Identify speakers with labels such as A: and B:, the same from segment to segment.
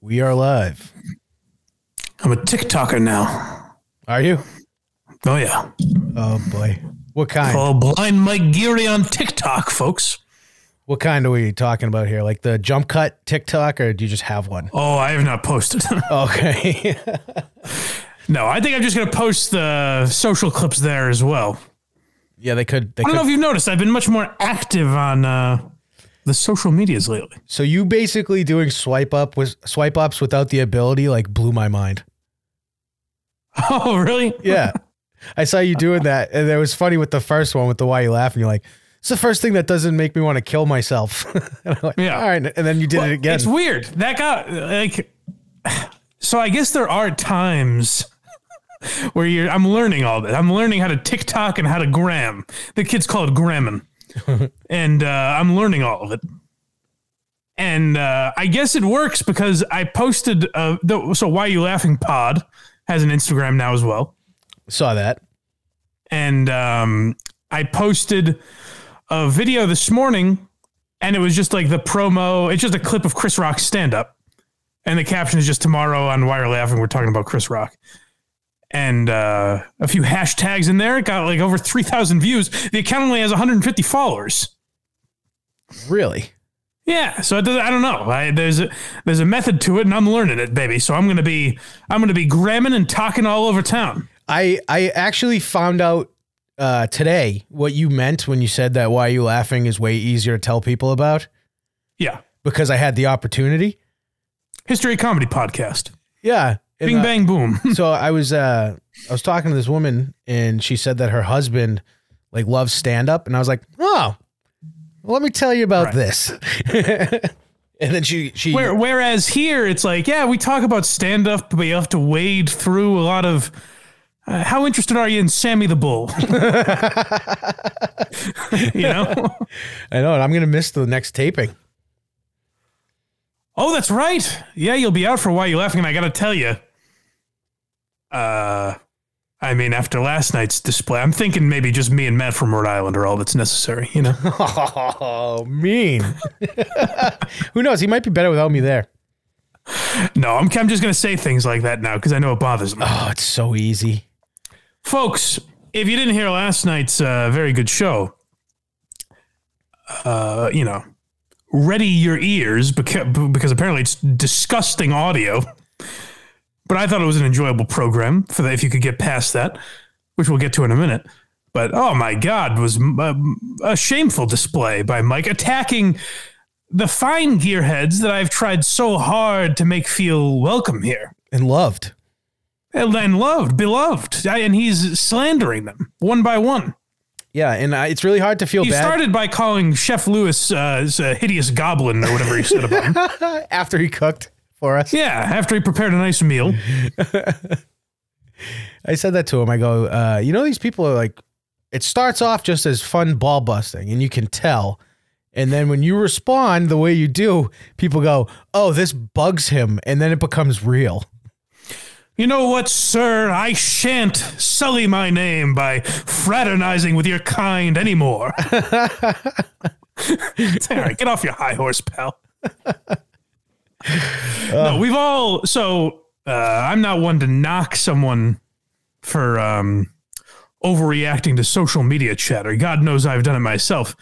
A: We are live.
B: I'm a TikToker now.
A: Are you?
B: Oh yeah.
A: Oh boy. What kind?
B: Follow blind Mike Geary on TikTok, folks.
A: What kind are we talking about here? Like the jump cut TikTok, or do you just have one?
B: Oh, I have not posted.
A: Okay.
B: no, I think I'm just gonna post the social clips there as well.
A: yeah, they could. They
B: I don't know
A: could.
B: if you've noticed, I've been much more active on uh, the social medias lately.
A: So you basically doing swipe up with swipe ups without the ability like blew my mind.
B: Oh, really?
A: Yeah, I saw you doing that, and it was funny with the first one with the why you laughing. You're like, it's the first thing that doesn't make me want to kill myself. and I'm like,
B: Yeah.
A: All right, and then you did it again.
B: It's weird. That got like so I guess there are times where you're I'm learning all this. I'm learning how to TikTok and how to gram. The kids call it gramming. and uh, I'm learning all of it. And uh, I guess it works because I posted uh, the, so why you laughing pod has an Instagram now as well
A: Saw that.
B: and um, I posted a video this morning, and it was just like the promo. It's just a clip of Chris Rock's stand up, and the caption is just tomorrow on Why You're Laughing. We're talking about Chris Rock, and uh, a few hashtags in there. It got like over three thousand views. The account only has 150 followers.
A: Really?
B: Yeah, so it does, I don't know. I, there's a, there's a method to it, and I'm learning it, baby. So I'm gonna be I'm gonna be gramming and talking all over town.
A: I I actually found out uh, today what you meant when you said that why you laughing is way easier to tell people about
B: Yeah,
A: because I had the opportunity.
B: history comedy podcast.
A: Yeah. And,
B: Bing
A: uh,
B: bang boom.
A: so I was uh I was talking to this woman and she said that her husband like loves stand up and I was like, "Oh. Well, let me tell you about
B: Right.
A: this." and then she she
B: Where, whereas here, it's like, yeah, we talk about stand up, but you have to wade through a lot of. Uh, how interested are you in Sammy the Bull? you know?
A: I know, and I'm going to miss the next taping.
B: Oh, that's right. Yeah, you'll be out for a while. You're laughing, and I got to tell you. Uh, I mean, after last night's display, I'm thinking maybe just me and Matt from Rhode Island are all that's necessary. You know?
A: Oh, mean. Who knows? He might be better without me there.
B: no, I'm I'm just gonna say things like that now because I know it bothers me.
A: Oh, it's so easy.
B: folks if you didn't hear last night's uh, very good show uh, you know ready your ears beca- because apparently it's disgusting audio but i thought it was an enjoyable program for the, if you could get past that which we'll get to in a minute but oh my god was a, a shameful display by mike attacking the fine gearheads that i've tried so hard to make feel welcome here
A: and loved.
B: and and loved, beloved, I- and he's slandering them one by one.
A: Yeah, and I, it's really hard to feel
B: He
A: bad
B: started by calling Chef Lewis uh, is a hideous goblin or whatever he said about him.
A: after he cooked for us.
B: Yeah, after he prepared a nice meal.
A: I said that to him. I go, uh, you know, these people are like, it starts off just as fun ball busting, and you can tell. And then when you respond the way you do, people go, oh, this bugs him. And then it becomes real.
B: You know what, sir? I shan't sully my name by fraternizing with your kind anymore. It's all right, get off your high horse, pal. no, we've all so uh, I'm not one to knock someone for um, overreacting to social media chatter. God knows I've done it myself.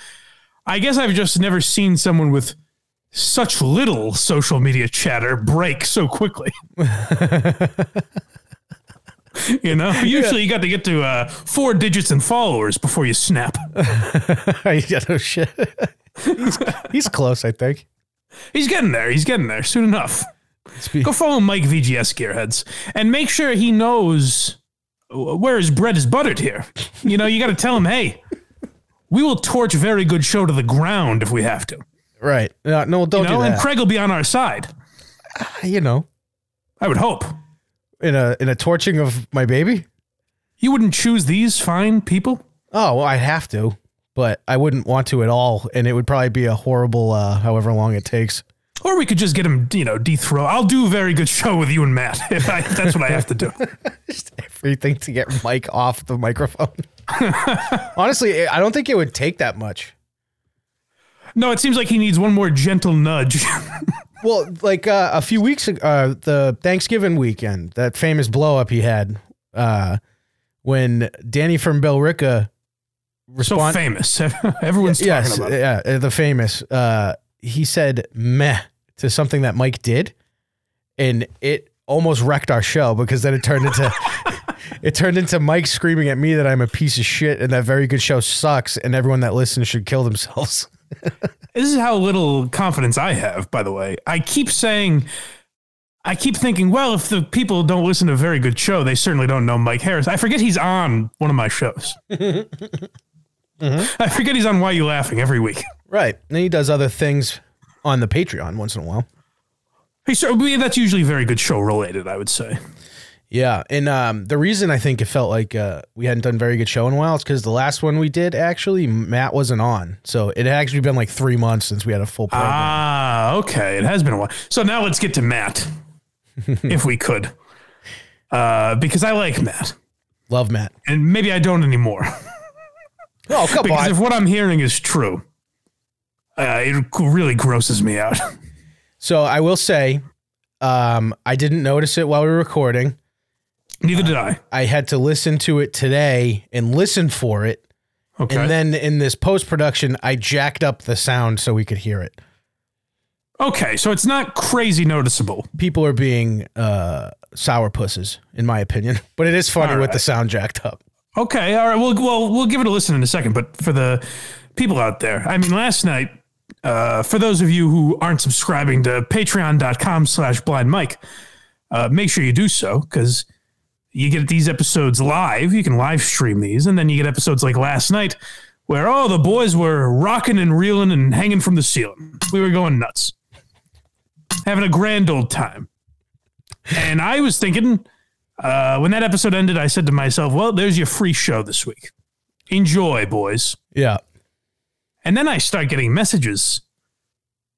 B: I guess I've just never seen someone with such little social media chatter break so quickly. you know, usually you got to get to uh, four digits in followers before you snap.
A: yeah, no "Oh, shit. he's, he's close, I think.
B: He's getting there. He's getting there soon enough.
A: It's be-
B: Go follow Mike VGS Gearheads and make sure he knows wh- where his bread is buttered here. You know, you got to tell him, hey, we will torch very good show to the ground if we have to.
A: right. No, no don't
B: You know,
A: do
B: and
A: that.
B: Craig will be on our side.
A: you know,
B: I would hope.
A: in a in a torching of my baby.
B: You wouldn't choose these fine people?
A: Oh, well, I'd have to, but I wouldn't want to at all. And it would probably be a horrible, uh, however long it takes.
B: Or we could just get him, you know, dethrone. I'll do a very good show with you and Matt if, I, if that's what I have to do.
A: Just everything to get Mike off the microphone. Honestly, I don't think it would take that much.
B: No, it seems like he needs one more gentle nudge.
A: Well, like uh, a few weeks ago, uh, the Thanksgiving weekend, that famous blow up he had uh, when Danny from Belrica
B: So
A: responded.
B: famous. Everyone's
A: yes,
B: talking about it.
A: yeah, uh, the famous. Uh, he said meh to something that Mike did, and it almost wrecked our show because then it turned into. It turned into Mike screaming at me that I'm a piece of shit and that very good show sucks and everyone that listens should kill themselves.
B: This is how little confidence I have, by the way. I keep saying, I keep thinking, well, if the people don't listen to a very good show, they certainly don't know Mike Harris. I forget he's on one of my shows.
A: Mm-hmm.
B: I forget he's on Why You Laughing every week.
A: Right. And he does other things on the Patreon once in a while.
B: He's, I mean, that's usually very good show related, I would say.
A: Yeah, and um, the reason I think it felt like uh, we hadn't done very good show in a while is because the last one we did actually Matt wasn't on, so it had actually been like three months since we had a full program.
B: Ah, okay. It has been a while. So now let's get to Matt, if we could. Uh, because I like Matt,
A: Love Matt.
B: and maybe I don't anymore.
A: Oh come
B: Because
A: on!
B: if what I'm hearing is true, uh, it really grosses me out.
A: so I will say, um, I didn't notice it while we were recording.
B: Neither did I.
A: I had to listen to it today and listen for it,
B: Okay.
A: and then in this post production, I jacked up the sound so we could hear it.
B: okay, so it's not crazy noticeable.
A: People are being uh, sour pusses, in my opinion, but it is funny
B: All
A: with
B: right.
A: the sound jacked up.
B: Okay, all right. We'll, well, we'll give it a listen in a second. But for the people out there, I mean, last night, uh, for those of you who aren't subscribing to patreon.com slash blind mike, uh, make sure you do so because you get these episodes live. You can live stream these. And then you get episodes like last night where, oh, the boys were rocking and reeling and hanging from the ceiling. We were going nuts, having a grand old time. And I was thinking, uh, when that episode ended, I said to myself, well, there's your free show this week. Enjoy, boys.
A: Yeah.
B: And then I start getting messages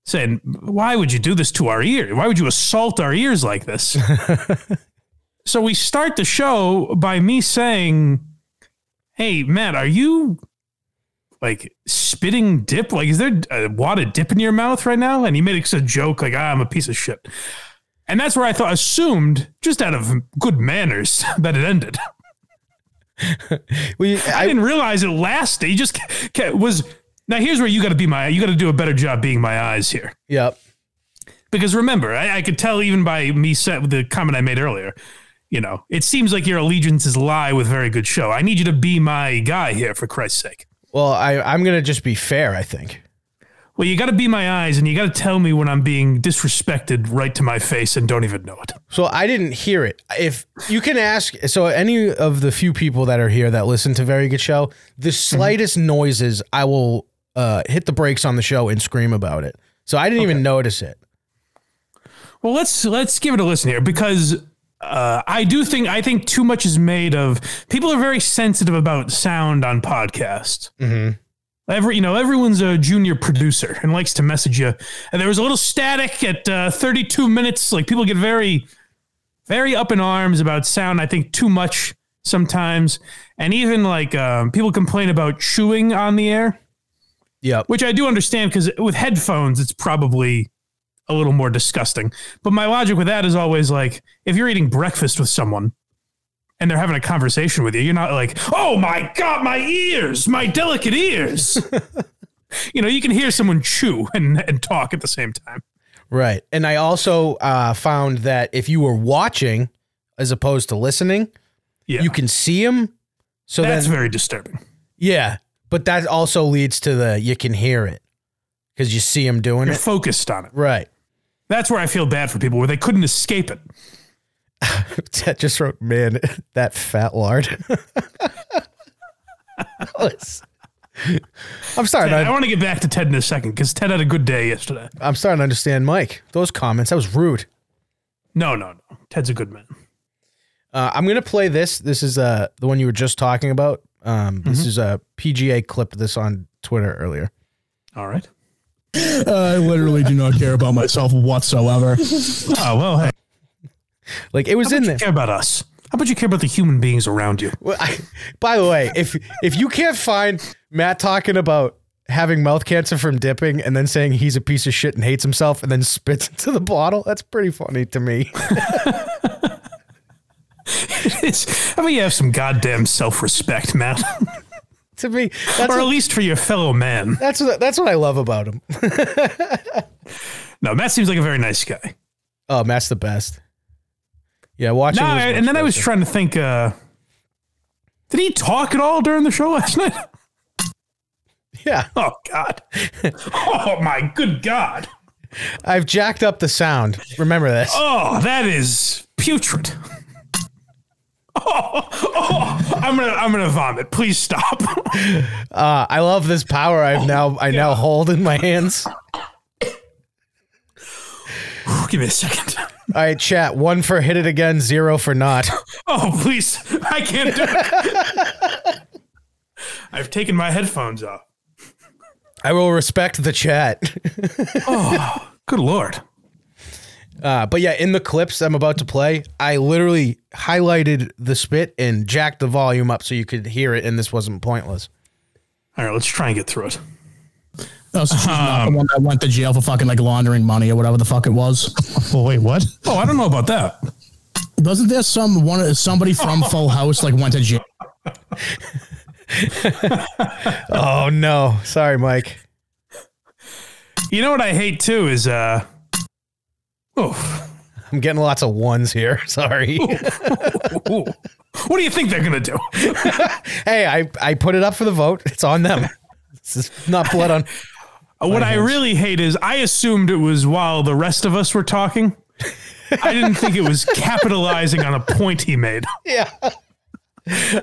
B: saying, why would you do this to our ear? Why would you assault our ears like this? so we start the show by me saying, hey, Matt, are you like spitting dip? Like, is there a wad of dip in your mouth right now? And he makes a joke like, ah, I'm a piece of shit. And that's where I thought, assumed, just out of good manners, that it ended.
A: We,
B: I, didn't realize it lasted. He just ca- ca- was. Now here's where you got to be my. You got to do a better job being my eyes here.
A: Yep.
B: Because remember, I, I could tell even by me set with the comment I made earlier. You know, it seems like your allegiances lie with very good show. I need you to be my guy here, for Christ's sake.
A: Well, I, I'm going to just be fair, I think.
B: Well, you got to be my eyes, and you got to tell me when I'm being disrespected right to my face and don't even know it.
A: So I didn't hear it. If you can ask, so any of the few people that are here that listen to Very Good Show, the slightest noises, I will uh, hit the brakes on the show and scream about it. So I didn't even notice it.
B: Well, let's let's give it a listen here because uh, I do think I think too much is made of. People are very sensitive about sound on podcasts. Mm-hmm. Every you know everyone's a junior producer and likes to message you. And there was a little static at uh, 32 minutes. Like people get very very up in arms about sound. I think too much sometimes, and even like um, people complain about chewing on the air
A: Yep.
B: which I do understand because with headphones, it's probably a little more disgusting. But my logic with that is always like, if you're eating breakfast with someone and they're having a conversation with you, you're not like, oh my God, my ears, my delicate ears. you know, you can hear someone chew and, and talk at the same time.
A: Right. And I also uh, found that if you were watching as opposed to listening,
B: Yeah.
A: you can see him. So
B: That's
A: then,
B: very disturbing.
A: yeah. But that also leads to the you can hear it because you see him doing
B: You're
A: it.
B: focused on it.
A: Right.
B: That's where I feel bad for people where they couldn't escape it.
A: Ted just wrote, "Man, that fat lard." Alice. I'm starting.
B: I
A: To,
B: want to get back to Ted in a second because Ted had a good day yesterday.
A: I'm starting to understand Mike. Those comments. That was rude.
B: No, no, no. Ted's a good man.
A: Uh, I'm gonna play this. This is uh the one you were just talking about. Um, this is a PGA clip. This on Twitter earlier.
B: All right.
C: I literally do not care about myself whatsoever.
B: Oh, well, hey.
A: Like it was in
B: you
A: there.
B: care about us? How about you care about the human beings around you?
A: Well, I, by the way, if if you can't find Matt talking about having mouth cancer from dipping and then saying he's a piece of shit and hates himself and then spits into the bottle. That's pretty funny to me.
B: It's, I mean, you have some goddamn self respect, Matt,
A: to me, that's
B: or at
A: what,
B: least for your fellow man.
A: that's what, that's what I love about him.
B: No, Matt seems like a very nice guy.
A: Oh, Matt's the best. Yeah, watching.
B: No,
A: was
B: and then I was trying to think. uh Did he talk at all during the show last night?
A: yeah,
B: Oh God! Oh my good God!
A: I've jacked up the sound. Remember this.
B: Oh, that is putrid. Oh, oh, I'm gonna, I'm gonna vomit. Please stop.
A: Uh, I love this power
B: Oh,
A: I've now I now hold in my hands. All
B: Give me a second.
A: right, chat. One for hit it again, zero for not.
B: Oh, please! I can't do it. I've taken my headphones off.
A: I will respect the chat.
B: Good lord!
A: Uh, but yeah, in the clips I'm about to play, I literally highlighted the spit and jacked the volume up so you could hear it, and this wasn't pointless.
B: All right, let's try and get through it.
C: Oh, so she's not
D: Um,
C: the one that went to jail for fucking like laundering money or whatever the fuck it was.
D: Well, wait, what?
B: Oh, I don't know about that.
C: Wasn't there some one somebody from Full House like went to jail?
A: Oh no, sorry, Mike.
B: You know what I hate too is uh. Oh.
A: I'm getting lots of ones here. Sorry.
B: Ooh. What do you think they're gonna do?
A: hey, I I put it up for the vote. It's on them. this is not blood on.
B: what I really hate is I assumed it was while the rest of us were talking. I didn't think it was capitalizing on a point he made.
A: Yeah.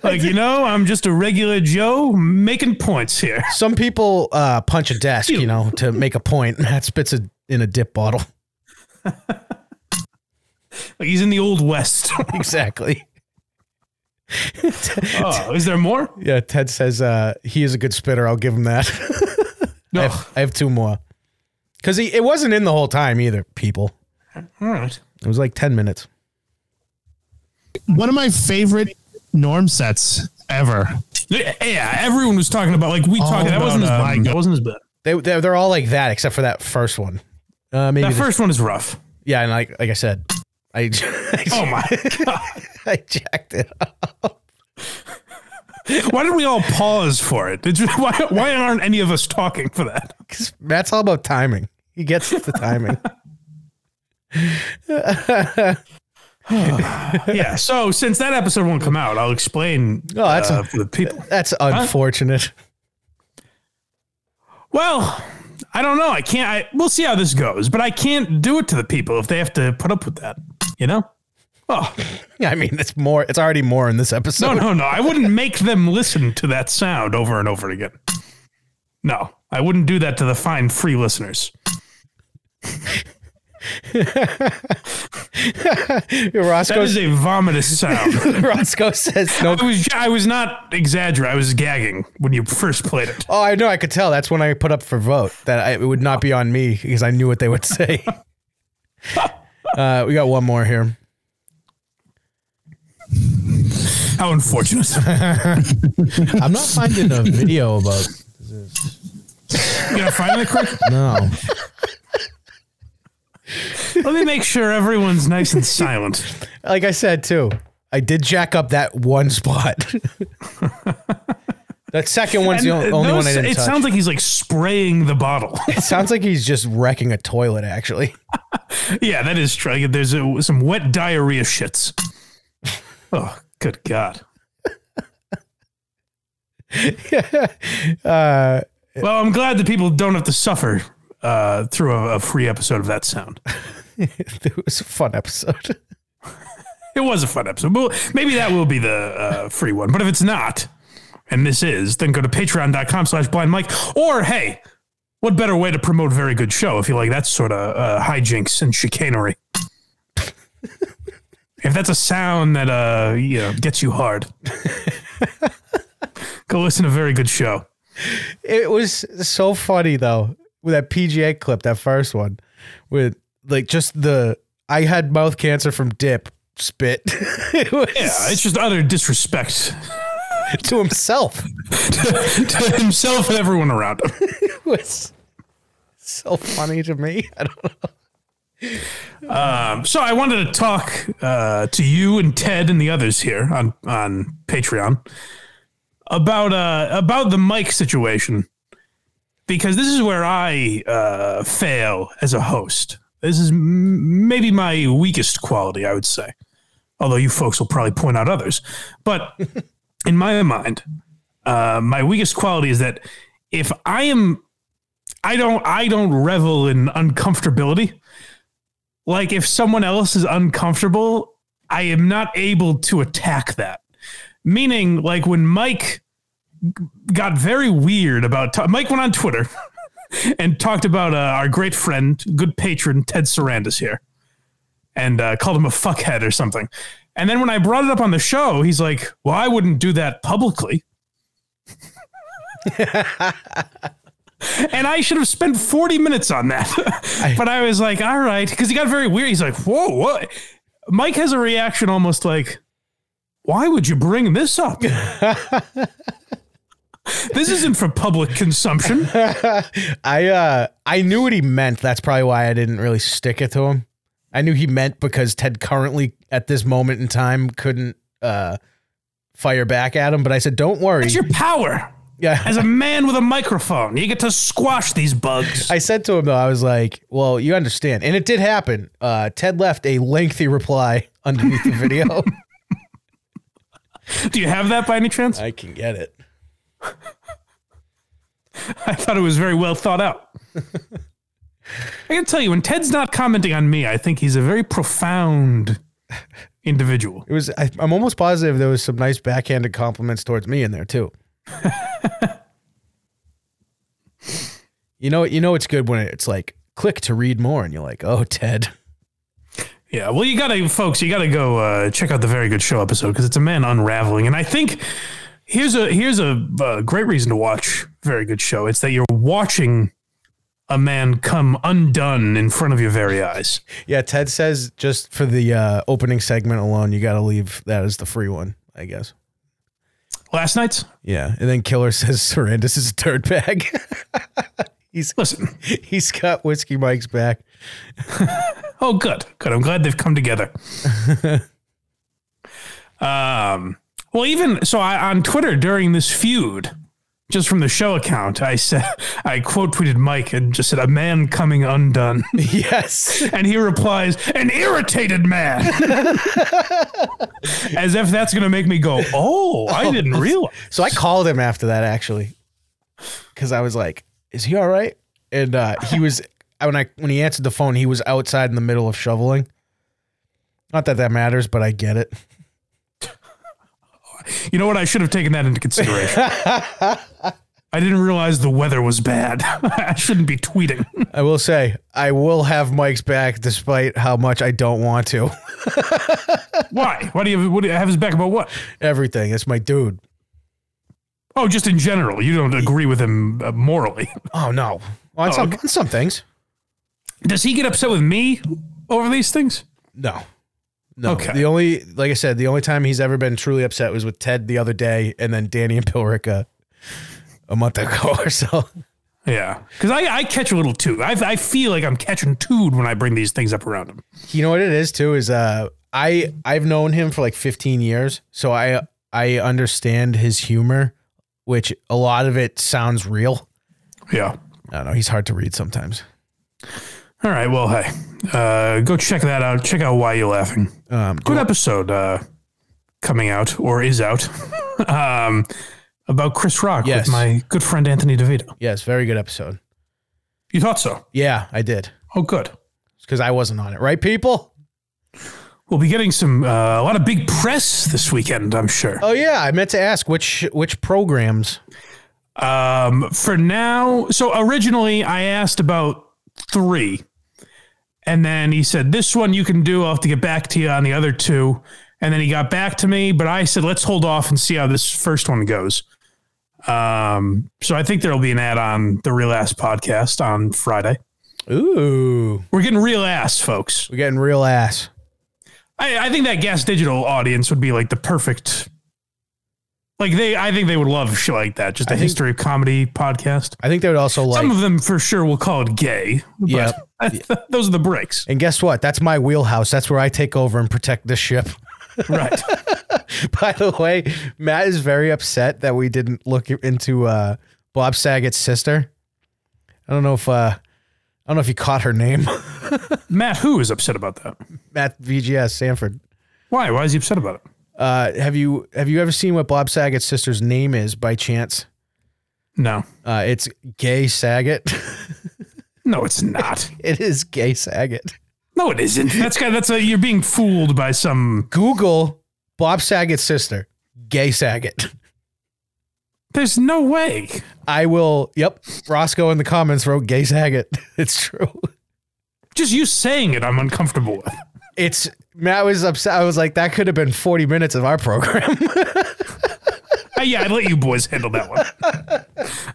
B: Like, you know, I'm just a regular Joe making points here.
A: Some people uh, punch a desk, you know, to make a point. Matt spits a, in a dip bottle.
B: Like he's in the old west.
A: exactly.
B: oh, is there more?
A: Yeah. Ted says uh, he is a good spitter. I'll give him that. I,
B: No.
A: have, I have two more. Because it wasn't in the whole time either, people.
B: All right.
A: It was like 10 minutes.
D: One of my favorite norm sets ever.
B: Yeah, everyone was talking about like we talked. That
D: no,
B: wasn't
D: no,
B: as
D: no.
B: bad. That wasn't as bad.
A: They, they're, they're all like that except for that first one. Uh, maybe
B: That
A: the-
B: first one is rough.
A: yeah, and like like I said, I, I,
B: Oh my!
A: I jacked it up.
B: Why did we all pause for it? Did you, why, why aren't any of us talking for that?
A: 'Cause Matt's all about timing. He gets the timing.
B: yeah. So since that episode won't come out, I'll explain
A: Oh, that's
B: uh,
A: a-
B: for the people.
A: That's unfortunate.
B: Well, I don't know. I can't. I, we'll see how this goes, but I can't do it to the people if they have to put up with that. You know? Oh
A: Yeah, I mean, it's more. It's already more in this episode.
B: no, no, no! I wouldn't make them listen to that sound over and over again. No, I wouldn't do that to the fine free listeners. That
A: Roscoe,
B: is a vomitous sound.
A: Roscoe says no.
B: I was, I was not exaggerating. I was gagging when you first played it.
A: Oh, I know. I could tell. That's when I put up for vote that I, it would not be on me because I knew what they would say. uh, we got one more here.
B: How unfortunate!
A: I'm not finding a video about.
B: you gonna find that quick?
A: No.
B: Let me make sure everyone's nice and silent.
A: Like I said too, I did jack up that one spot. that second one's the
B: And,
A: on-
B: uh,
A: only one I
B: those-
A: didn't
B: it
A: touch.
B: sounds like he's like spraying the bottle.
A: it sounds like he's just wrecking a toilet. Actually,
B: yeah, that is true. Like, There's a, some wet diarrhea shits. Oh, good God.
A: uh,
B: Well, I'm glad that people don't have to suffer uh, through a, a free episode of that sound.
A: it was a fun episode.
B: It was a fun episode. But maybe that will be the uh, free one. But if it's not, and this is, then go to patreon.com slash blind mike. Or, hey, what better way to promote a very good show if you like that sort of uh, hijinks and chicanery? if that's a sound that uh, you know gets you hard, go listen to a very good show.
A: It was so funny though with that PGA clip, that first one, with like just the I had mouth cancer from dip spit. it was
B: Yeah, it's just utter disrespect.
A: to himself.
B: to himself and everyone around him.
A: It was so funny to me. I don't know.
B: Um, So I wanted to talk uh, to you and Ted and the others here on on Patreon about uh, about the mic situation because this is where I uh, fail as a host. This is m- maybe my weakest quality, I would say. Although you folks will probably point out others, but in my mind, uh, my weakest quality is that if I am, I don't, I don't revel in uncomfortability like if someone else is uncomfortable, I am not able to attack that. Meaning, like when Mike g- got very weird about t- Mike went on Twitter and talked about uh, our great friend, good patron Ted Sarandis here, and uh, called him a fuckhead or something. And then when I brought it up on the show, he's like, "Well, I wouldn't do that publicly." and I should have spent 40 minutes on that. but I was like, all right, because he got very weird. He's like, whoa, what? Mike has a reaction almost like, why would you bring this up? this isn't for public consumption.
A: I uh I knew what he meant. That's probably why I didn't really stick it to him. I knew he meant because Ted currently at this moment in time couldn't uh fire back at him, but I said, "Don't worry."
B: It's your power.
A: yeah.
B: As a man with a microphone, you get to squash these bugs.
A: I said to him though, I was like, "Well, you understand." And it did happen. Uh Ted left a lengthy reply underneath the video.
B: Do you have that by any chance?
A: I can get it.
B: I thought it was very well thought out. I can tell you, when Ted's not commenting on me, I think he's a very profound individual.
A: It was I, I'm almost positive there was some nice backhanded compliments towards me in there too. you know you know it's good when it's like click to read more and you're like, "Oh, Ted."
B: Yeah, well, you gotta, folks, you gotta go uh, check out the very good show episode because it's a man unraveling, and I think here's a here's a uh, great reason to watch very good show. It's that you're watching a man come undone in front of your very eyes.
A: Yeah, Ted says just for the uh, opening segment alone, you got to leave that as the free one, I guess.
B: Last night's
A: Yeah, and then Killer says Sarandis is a dirtbag. he's
B: listen,
A: he's got whiskey Mike's back.
B: Oh, good, good. I'm glad they've come together. um, well, even so, I, on Twitter during this feud, just from the show account, I said I quote tweeted Mike and just said, "A man coming undone,"
A: Yes,
B: and he replies, "An irritated man," as if that's going to make me go, "Oh, I didn't realize."
A: so I called him after that actually, because I was like, "Is he all right?" And uh, he was when I when he answered the phone, he was outside in the middle of shoveling. Not that that matters, but I get it.
B: You know what? I should have taken that into consideration. I didn't realize the weather was bad. I shouldn't be tweeting.
A: I will say I will have Mike's back, despite how much I don't want to.
B: Why? Why do you what do you have his back about what?
A: Everything. It's my dude.
B: Oh, just in general. You don't agree with him uh, morally.
A: Oh no. On, some, on some things,
B: Does he get upset with me over these things?
A: no. No.
B: Okay.
A: The only, like I said, the only time he's ever been truly upset was with Ted the other day, and then Danny and Pilrica a month ago or so.
B: Yeah. Because I, I catch a little too. I, I feel like I'm catching tood when I bring these things up around him.
A: You know what it is too is uh I I've known him for like 15 years, so I I understand his humor, which a lot of it sounds real.
B: Yeah.
A: I don't know, he's hard to read sometimes.
B: All right. Well, hey, uh, go check that out. Check out Why You Laughing.
A: Um,
B: Good episode uh, coming out or is out um, about Chris Rock
A: Yes.
B: with my good friend Anthony DeVito.
A: yes, very good episode.
B: You thought so?
A: Yeah, I did.
B: Oh, good.
A: Because I wasn't on it, right, people?
B: We'll be getting some uh, a lot of big press this weekend, I'm sure.
A: Oh yeah, I meant to ask which which programs.
B: Um, for now, so originally I asked about three, and then he said, This one you can do. I'll have to get back to you on the other two. And then he got back to me, but I said, Let's hold off and see how this first one goes. Um, so I think there'll be an ad on the Real Ass podcast on Friday.
A: Ooh,
B: We're getting real ass, folks.
A: we're getting real ass.
B: I, I think that Gas Digital audience would be like the perfect Like they, I think they would love shit like that. Just a
A: I think-
B: history of comedy podcast.
A: I think they would also like.
B: Some of them for sure will call it gay. But
A: yeah.
B: those are the breaks,
A: And guess what? That's my wheelhouse. That's where I take over and protect the ship.
B: right?
A: By the way, Matt is very upset that we didn't look into uh, Bob Saget's sister. I don't know if uh, I don't know if you caught her name.
B: Matt, who is upset about that?
A: Matt VGS Sanford.
B: Why? Why is he upset about it?
A: Uh, have you have you ever seen what Bob Saget's sister's name is by chance?
B: No,
A: Uh, it's Gay Saget.
B: no, it's not.
A: it is Gay Saget.
B: No, it isn't. That's got. That's a. You're being fooled by some.
A: Google Bob Saget's sister, Gay Saget.
B: There's no way.
A: I will. Yep, Roscoe in the comments wrote Gay Saget. It's true.
B: Just you saying it, I'm uncomfortable with.
A: It's Matt was upset. I was like, that could have been 40 minutes of our program.
B: Uh, yeah, I'd let you boys handle that one.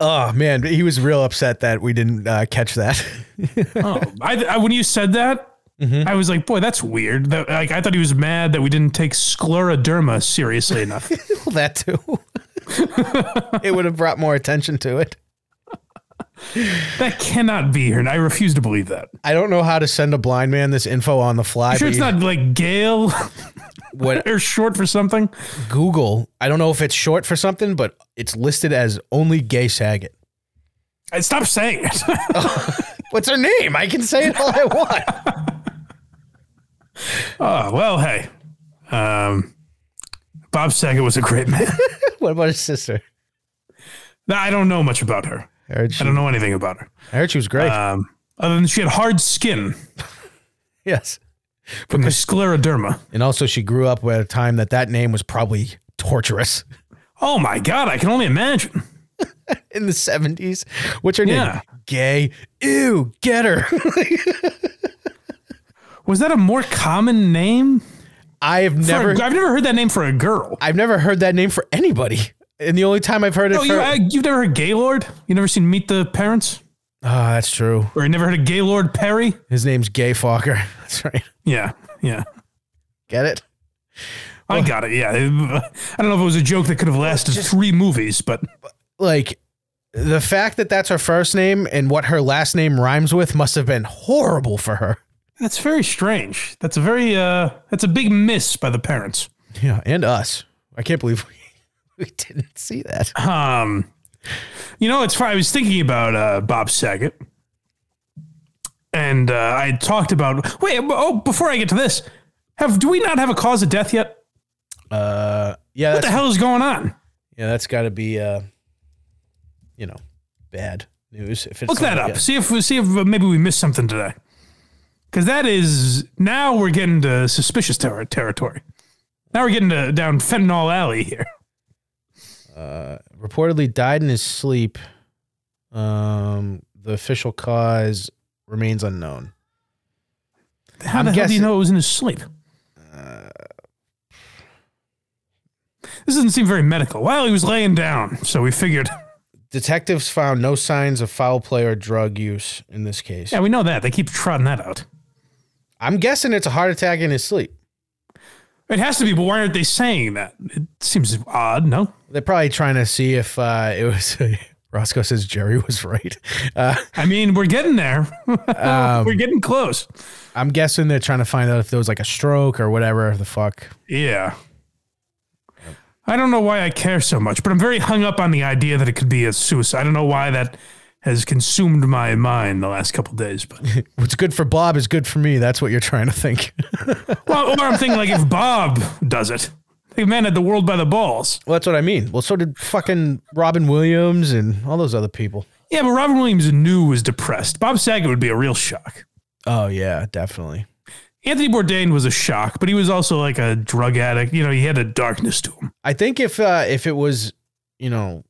A: oh man, he was real upset that we didn't uh, catch that.
B: Oh, I, I, when you said that,
A: Mm-hmm.
B: I was like, boy, that's weird. That, like, I thought he was mad that we didn't take scleroderma seriously enough.
A: well, that too. it would have brought more attention to it.
B: that cannot be here, and I refuse to believe that.
A: I don't know how to send a blind man this info on the fly.
B: sure,
A: but
B: it's
A: you-
B: not like Gale
A: what
B: or short for something.
A: Google. I don't know if it's short for something, but it's listed as only Gay Saget.
B: Uh, Stop saying it.
A: What's her name? I can say it all I want.
B: oh, well, hey. Um, Bob Saget was a great man.
A: what about his sister?
B: Now, I don't know much about her.
A: I heard she,
B: I
A: I
B: don't know anything about her.
A: heard she was great.
B: Um, other than she had hard skin
A: yes.
B: from the scleroderma.
A: And also, she grew up at a time that that name was probably torturous.
B: Oh my God, I can only imagine.
A: in the 70s. What's her name?
B: Yeah.
A: Gay. Ew, get her.
B: Was that a more common name?
A: I have
B: For a-
A: never
B: I've never heard that name for a girl.
A: I've never heard that name for anybody. And the only time I've heard it
B: Oh,
A: for
B: you, uh, you've never heard Gaylord? You never seen Meet the Parents?
A: Ah, that's true.
B: Or you never heard of Gaylord Perry?
A: His name's Gay Fokker. That's right.
B: Yeah, yeah.
A: Get it?
B: I got it. Yeah. I don't know if it was a joke that could have lasted three movies, but
A: Like the fact that that's her first name and what her last name rhymes with must have been horrible for her.
B: that's very strange. That's a very, uh, that's a big miss by the parents.
A: Yeah, and us. I can't believe we, we didn't see that.
B: Um, you know, it's funny. I was thinking about uh, Bob Saget, and uh, I had talked about. Wait, oh, before I get to this, have do we not have a cause of death yet?
A: Uh, yeah,
B: What
A: that's,
B: the hell is going on?
A: yeah, that's got to be uh, you know, bad news. If it's
B: Look that
A: something-
B: up.
A: yeah.
B: See if we see if uh, maybe we missed something today. Because that is now we're getting to suspicious ter- territory. Now we're getting to down fentanyl alley here.
A: reportedly died in his sleep. Um, the official cause remains unknown.
B: How
A: I'm
B: the hell do you
A: guessing-
B: know it was in his sleep? Uh, this doesn't seem very medical. Well, he was laying down, so we figured.
A: Detectives found no signs of foul play or drug use in this case.
B: Yeah, we know that. They keep trotting that out.
A: I'm guessing it's a heart attack in his sleep.
B: It has to be, but why aren't they saying that? It seems odd, no?
A: They're probably trying to see if uh, it was. Roscoe says Jerry was right. Uh,
B: I mean, we're getting there.
A: um,
B: we're getting close.
A: I'm guessing they're trying to find out if there was like a stroke or whatever the fuck.
B: Yeah. I don't know why I care so much, but I'm very hung up on the idea that it could be a suicide. I don't know why that has consumed my mind the last couple days, but
A: What's good for Bob is good for me. That's what you're trying to think.
B: well, or I'm thinking like if Bob does it, the man had the world by the balls.
A: well, that's what I mean. Well, so did fucking Robin Williams and all those other people.
B: Yeah, but Robin Williams knew was depressed. Bob Saget would be a real shock.
A: Oh yeah, definitely.
B: Anthony Bourdain was a shock, but he was also like a drug addict. You know, he had a darkness to him.
A: I think if uh, if it was, you know,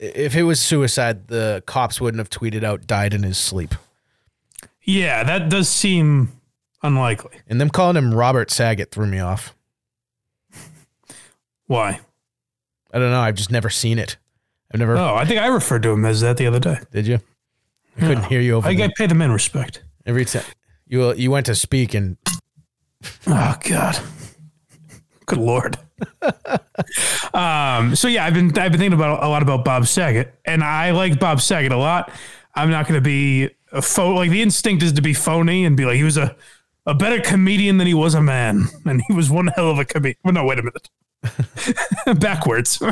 A: if it was suicide, the cops wouldn't have tweeted out "died in his sleep."
B: Yeah, that does seem unlikely.
A: And them calling him Robert Saget threw me off.
B: Why?
A: I don't know. I've just never seen it. I've never.
B: Oh, I think I referred to him as that the other day.
A: Did you? I couldn't hear you over
B: I,
A: the-
B: I pay the men respect.
A: every time you you went to speak and
B: Oh God. Good lord. um, so yeah, I've been I've been thinking about a lot about Bob Saget, and I like Bob Saget a lot. I'm not going to be a fo- like the instinct is to be phony and be like he was a a better comedian than he was a man, and he was one hell of a comedian. Well, no, wait a minute, backwards.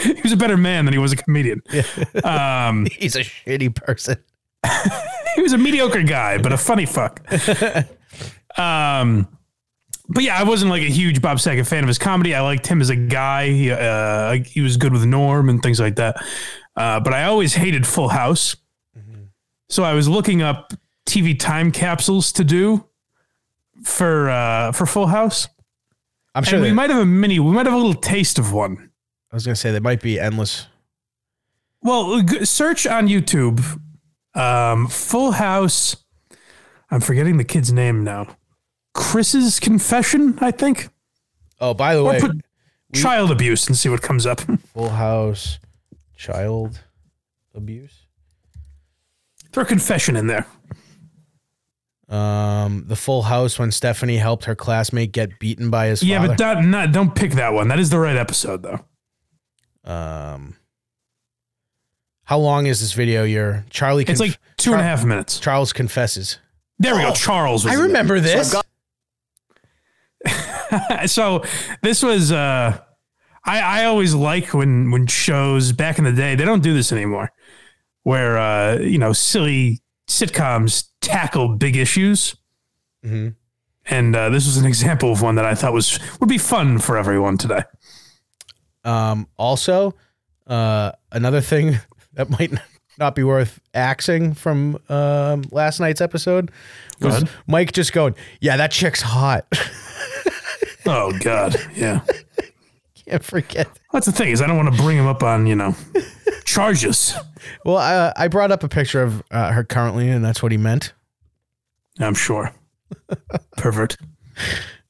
B: he was a better man than he was a comedian. Um,
A: He's a shitty person.
B: he was a mediocre guy, but a funny fuck. um, but yeah, I wasn't like a huge Bob Saget fan of his comedy. I liked him as a guy. He, uh, he was good with Norm and things like that. Uh, but I always hated Full House. So I was looking up TV time capsules to do for uh, for Full House,
A: I'm
B: and
A: sure
B: we
A: they,
B: might have a mini. We might have a little taste of one.
A: I was gonna say they might be endless.
B: Well, uh, g- search on YouTube, um, Full House. I'm forgetting the kid's name now. Chris's Confession, I think.
A: Oh, by the
B: Or
A: way,
B: put child abuse and see what comes up.
A: Full House, child abuse.
B: Throw confession in there.
A: Um, the Full House when Stephanie helped her classmate get beaten by his
B: Yeah,
A: father.
B: but that, not, don't pick that one. That is the right episode, though.
A: um, how long is this video? Your Charlie.
B: It's like two and a half minutes.
A: Charles confesses.
B: There we go. Charles. Was
A: Oh, I
B: in it.
A: remember this.
B: so this was uh I, I always like when when shows back in the day they don't do this anymore where uh you know silly sitcoms tackle big issues
A: Mhm.
B: and uh, this was an example of one that I thought was would be fun for everyone today
A: Um, also, uh, another thing that might not be worth axing from um, last night's episode was
B: ahead.
A: Mike just going, "Yeah, that chick's hot."
B: oh god yeah
A: Can't forget.
B: that's the thing is I don't want to bring him up on you know charges
A: Well, I, uh, I brought up a picture of uh, her currently, and that's what he meant.
B: I'm sure pervert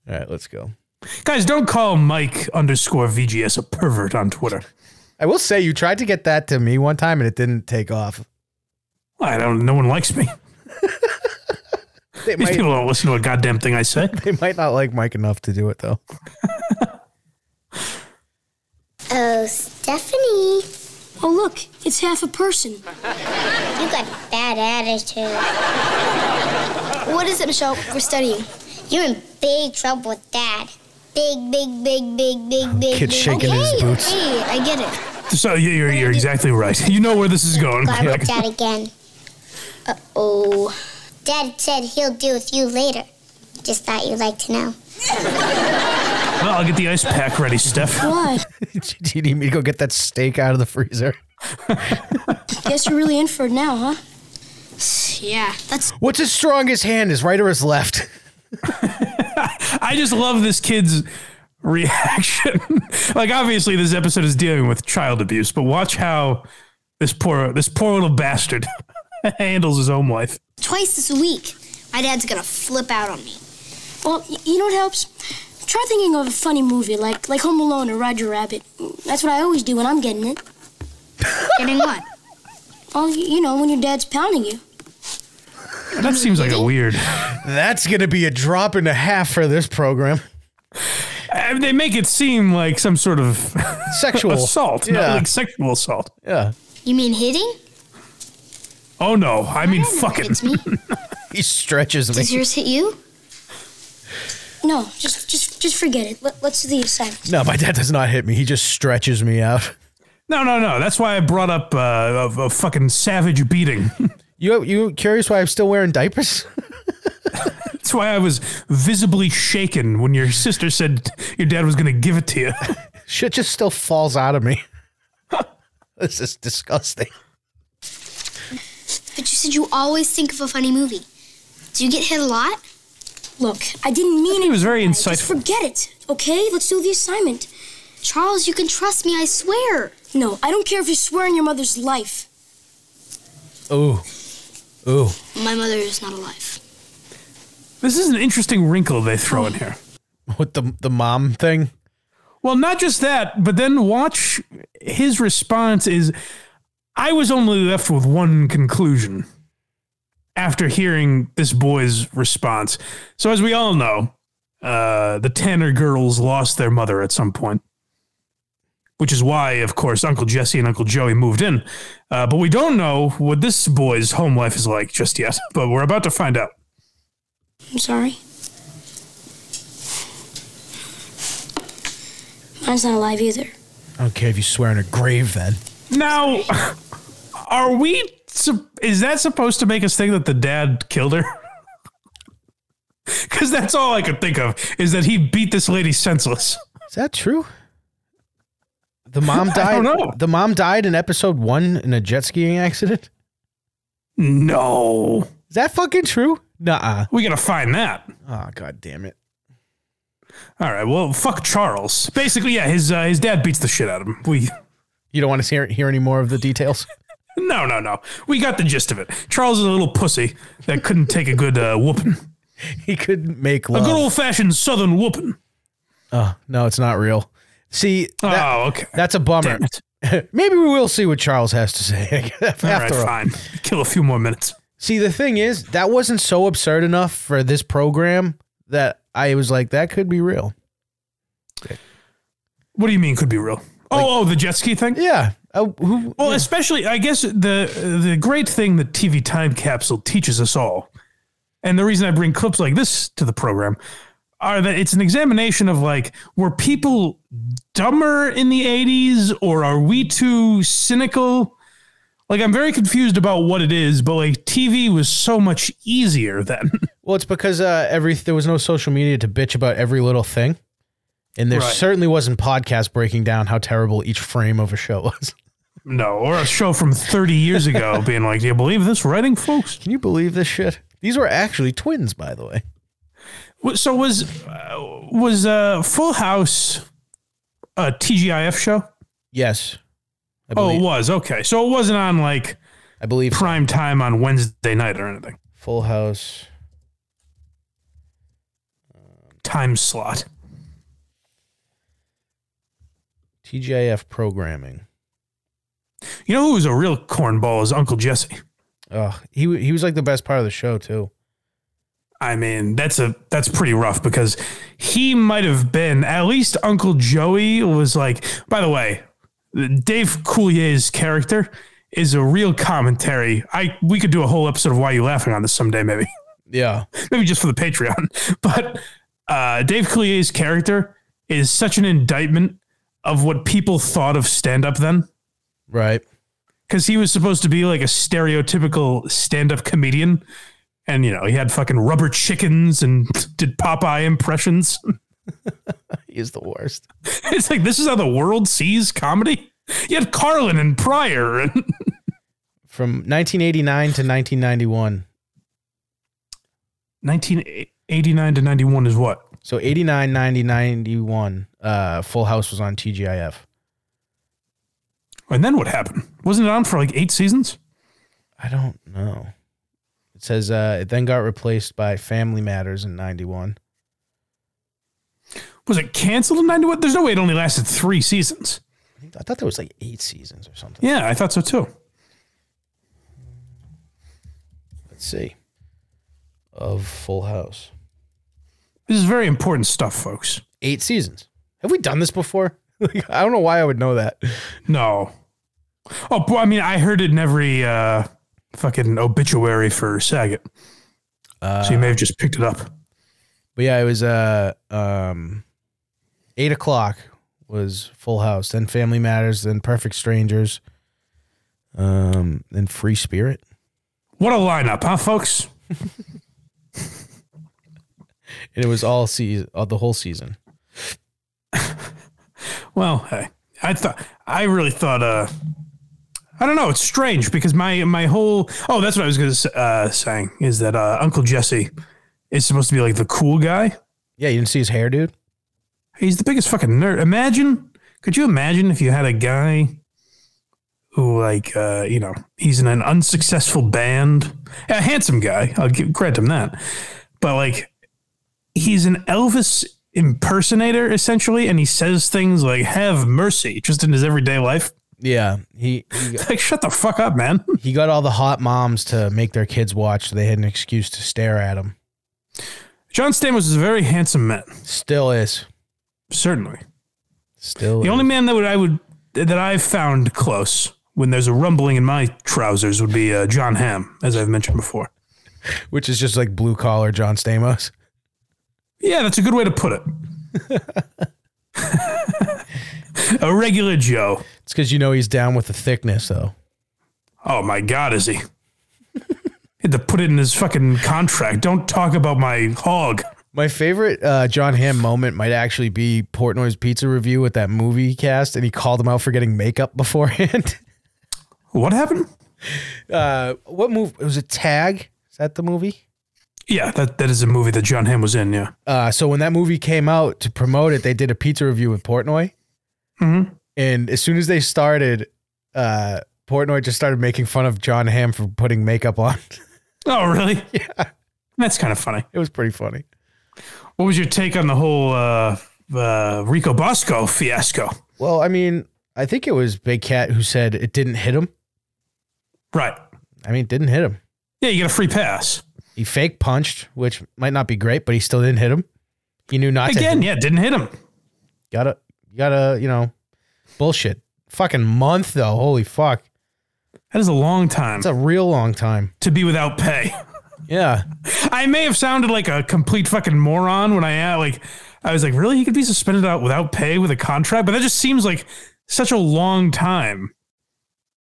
A: All right, let's go.
B: guys don't call Mike underscore VGS a pervert on Twitter
A: I will say you tried to get that to me one time, and it didn't take off.
B: I don't no one likes me.
A: They
B: These
A: might,
B: people don't listen to a goddamn thing I say.
A: they might not like Mike enough to do it though.
E: Oh, Stephanie,
F: Oh, look, it's half a person.
E: you got a bad attitude.
F: What is it, Michelle? We're studying.
E: You're in big trouble with Dad. Big, big, big, big, big, big.
A: Kid
E: big.
A: shaking his
F: Hey,
A: boots.
F: okay, I get it.
B: So yeah, you're, you're exactly right. You know where this is going.
E: Glad with Dad again. Uh oh. Dad said he'll deal with you later. Just thought you'd like to know.
B: Well, I'll get the ice pack ready, Steph.
F: Why?
A: do you need me to go get that steak out of the freezer?
F: Guess you're really in for it now, huh? Yeah, that's
A: What's his strongest hand? His right or his left?
B: I just love this kid's reaction. like obviously this episode is dealing with child abuse, but watch how this poor this poor little bastard handles his home life.
F: twice this week. My dad's gonna flip out on me. Well, y- you know what helps? Try thinking of a funny movie like like Home Alone or Roger Rabbit. That's what I always do when I'm getting it.
E: Getting what?
F: Well, y- you know, when your dad's pounding you.
B: That seems like a weird.
A: That's gonna be a drop and a half for this program.
B: I mean, they make it seem like some sort of
A: Sexual
B: assault, not
A: Yeah.
B: like sexual assault.
A: Yeah.
E: You mean hitting?
B: Oh no, I mean fucking.
E: It's me.
A: He stretches
E: Does
A: me.
E: yours hit you?
F: No, just just just forget it. Let, let's do the assignment.
A: No, my dad does not hit me. He just stretches me out.
B: No, no, no. That's why I brought up uh, a, a fucking savage beating.
A: You you curious why I'm still wearing diapers?
B: That's why I was visibly shaken when your sister said your dad was going to give it to you.
A: Shit just still falls out of me. this is disgusting.
E: But you said you always think of a funny movie. Do you get hit a lot?
F: Look, I didn't mean
B: He
F: it.
B: was very
F: Just
B: insightful.
F: forget it, okay? Let's do the assignment.
E: Charles, you can trust me, I swear.
F: No, I don't care if you swear on your mother's life.
A: Ooh. Ooh.
E: My mother is not alive.
B: This is an interesting wrinkle they throw in here.
A: With the the mom thing.
B: Well, not just that, but then watch his response is I was only left with one conclusion after hearing this boy's response. So, as we all know, uh, the Tanner girls lost their mother at some point, which is why, of course, Uncle Jesse and Uncle Joey moved in. Uh, but we don't know what this boy's home life is like just yet, but we're about to find out.
F: I'm sorry. Mine's not alive either.
A: I don't care if you swear in a grave then.
B: Now, are we? sup- Is that supposed to make us think that the dad killed her? Because that's all I could think of is that he beat this lady senseless.
A: Is that true? The mom died.
B: don't know.
A: The mom died in episode one in a jet skiing accident.
B: No,
A: Is that fucking true? Nuh-uh.
B: we gotta find that.
A: Oh god damn it.
B: All right. Well, fuck Charles. Basically, yeah, his uh, his dad beats the shit out of him. We
A: You don't want to hear hear any more of the details.
B: no, no, no. We got the gist of it. Charles is a little pussy that couldn't take a good uh, whooping,
A: he couldn't make
B: a
A: love.
B: good old fashioned Southern whooping.
A: oh no, it's not real. See, that-
B: oh, okay.
A: that's a bummer.
B: Damn it.
A: Maybe we will see what Charles has to say after
B: All right,
A: all.
B: fine. Kill a few more minutes.
A: See, the thing is, that wasn't so absurd enough for this program that I was like, that could be real.
B: What do you mean could be real? oh, oh, the jet ski thing.
A: Yeah. Uh, who,
B: Well, especially I guess the the great thing that TV Time Capsule teaches us all, and the reason I bring clips like this to the program, are that it's an examination of like were people dumber in the '80s or are we too cynical? Like I'm very confused about what it is, but like TV was so much easier then.
A: well, it's because uh, every there was no social media to bitch about every little thing, and there
B: Right.
A: certainly wasn't podcast breaking down how terrible each frame of a show was.
B: no, or a show from 30 years ago being like, do you believe this writing, folks?
A: Can you believe this shit? These were actually twins, by the way.
B: Wa- So was uh, was uh, Full House a TGIF show?
A: Yes. I
B: Oh, it
A: believe,
B: was okay. So it wasn't on like
A: I believe
B: prime time on Wednesday night or anything.
A: Full House.
B: Time slot.
A: TGIF programming.
B: You know who was a real cornball is Uncle Jesse.
A: Oh, he wa- he was like the best part of the show too.
B: I mean, that's a that's pretty rough because he might have been at least Uncle Joey was like. By the way, Dave Coulier's character is a real commentary. I we could do a whole episode of Why You Laughing on this someday, maybe.
A: Yeah.
B: maybe just for the Patreon. But uh, Dave Coulier's character is such an indictment of what people thought of stand up then.
A: Right.
B: Because he was supposed to be like a stereotypical stand up comedian. And, you know, he had fucking rubber chickens and did Popeye impressions.
A: He's the worst.
B: It's like, this is how the world sees comedy. You had Carlin and Pryor. And
A: From 1989 to 1991.
B: 1989 to 91 is what?
A: So 89, 90, 91, uh, Full House was on TGIF.
B: And then what happened? Wasn't it on for like eight seasons?
A: I don't know. It says uh, it then got replaced by Family Matters in 91.
B: Was it canceled in 91? There's no way it only lasted three seasons.
A: I think- I thought there was like eight seasons or something.
B: Yeah, I thought so too.
A: Let's see. Of Full House.
B: This is very important stuff, folks.
A: Eight seasons. Have we done this before? Like, I don't know why I would know that.
B: No. Oh, boy, I mean, I heard it in every uh, fucking obituary for Saget. so you may have just picked it up.
A: But yeah, it was uh um eight o'clock was Full House, then Family Matters, then Perfect Strangers, um, then Free Spirit.
B: What a lineup, huh, folks?
A: And it was all season, all, the whole season.
B: Well, hey, I thought I really thought. Uh, I don't know. It's strange because my my whole oh, that's what I was going to uh, saying is that uh, Uncle Jesse is supposed to be like the cool guy.
A: Yeah, you didn't see his hair, dude.
B: He's the biggest fucking nerd. Imagine, could you imagine if you had a guy who, like, uh, you know, he's in an unsuccessful band, a handsome guy. I'll give, grant him that, but like, he's an Elvis impersonator essentially, and he says things like "Have mercy" just in his everyday life.
A: Yeah, he he got,
B: Like, shut the fuck up, man.
A: he got all the hot moms to make their kids watch, so they had an excuse to stare at him.
B: John Stamos is a very handsome man,
A: Still is.
B: certainly.
A: Still
B: The
A: is.
B: only man that would I would that I've found close when there's a rumbling in my trousers would be uh, John Hamm, as I've mentioned before.
A: Which is just like blue collar John Stamos.
B: Yeah, that's a good way to put it. a regular Joe.
A: It's because you know he's down with the thickness, though.
B: Oh my God, is he? Had to put it in his fucking contract. Don't talk about my hog.
A: My favorite uh, John Hamm moment might actually be Portnoy's pizza review with that movie cast, and he called him out for getting makeup beforehand.
B: What happened?
A: uh, what movie was it? Tag? Is that the movie?
B: Yeah, that, that is a movie that John Hamm was in. Yeah.
A: Uh, so when that movie came out to promote it, they did a pizza review with Portnoy, Mm-hmm.
B: Mhm.
A: and as soon as they started, uh, Portnoy just started making fun of John Hamm for putting makeup on.
B: Oh, really? Yeah. That's kind of funny.
A: it was pretty funny.
B: What was your take on the whole uh, uh, Rico Bosco fiasco?
A: Well, I mean, I think it was Big Cat who said it didn't hit him.
B: Right.
A: I mean, it didn't hit him.
B: Yeah, you get a free pass.
A: He fake punched, which might not be great, but he still didn't hit him. He knew not to. hit
B: Again,
A: him.
B: yeah, didn't hit him.
A: Gotta, gotta, you know, bullshit. Fucking month though. Holy fuck,
B: That is a long time
A: it's a real long time.
B: to be without pay.
A: Yeah,
B: I may have sounded like a complete fucking moron when I uh, like I was like, really, he could be suspended out without pay with a contract, but that just seems like such a long time.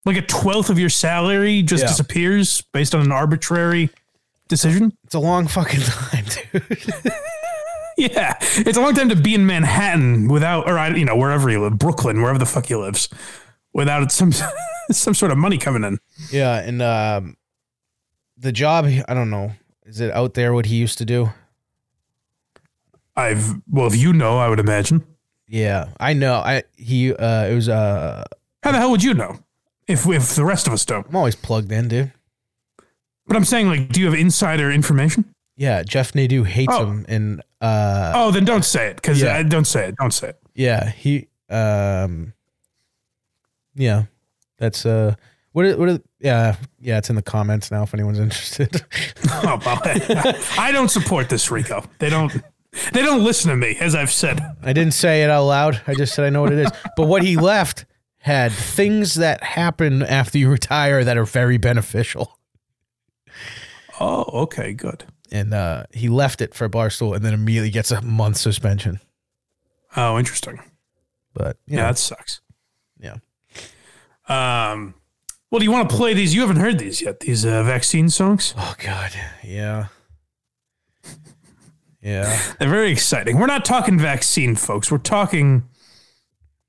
B: Like a twelfth of your salary just
A: Yeah.
B: disappears based on an arbitrary decision.
A: it's a long fucking time, dude.
B: Yeah, it's a long time to be in Manhattan without, or I, you know, wherever you live, Brooklyn, wherever the fuck he lives, without some some sort of money coming in.
A: yeah, and um, the job. I don't know. Is it out there what he used to do?
B: I've well, if you know, I would imagine.
A: Yeah, I know. I he uh, it was uh,
B: How the hell would you know if if the rest of us don't?
A: I'm always plugged in, dude.
B: But I'm saying, like, do you have insider information?
A: Yeah, Jeff Nadeau hates
B: Oh.
A: him, and uh,
B: Oh, then don't say it because
A: Yeah.
B: uh, don't say it. Don't say it.
A: yeah, he, um, yeah, that's uh, what, are- what, are- yeah, yeah, it's in the comments now if anyone's interested.
B: Oh, well, I don't support this, Rico. They don't. They don't listen to me, as I've said.
A: I didn't say it out loud. I just said I know what it is. But what he left had things that happen after you retire that are very beneficial,
B: Oh, okay, good.
A: and uh, he left it for Barstool, and then immediately gets a month suspension.
B: Oh, interesting.
A: But you
B: Yeah,
A: know,
B: that sucks.
A: yeah,
B: Um, well, do you want to play these? You haven't heard these yet. These uh, vaccine songs.
A: oh god, yeah, yeah.
B: They're very exciting. We're not talking vaccine, folks. We're talking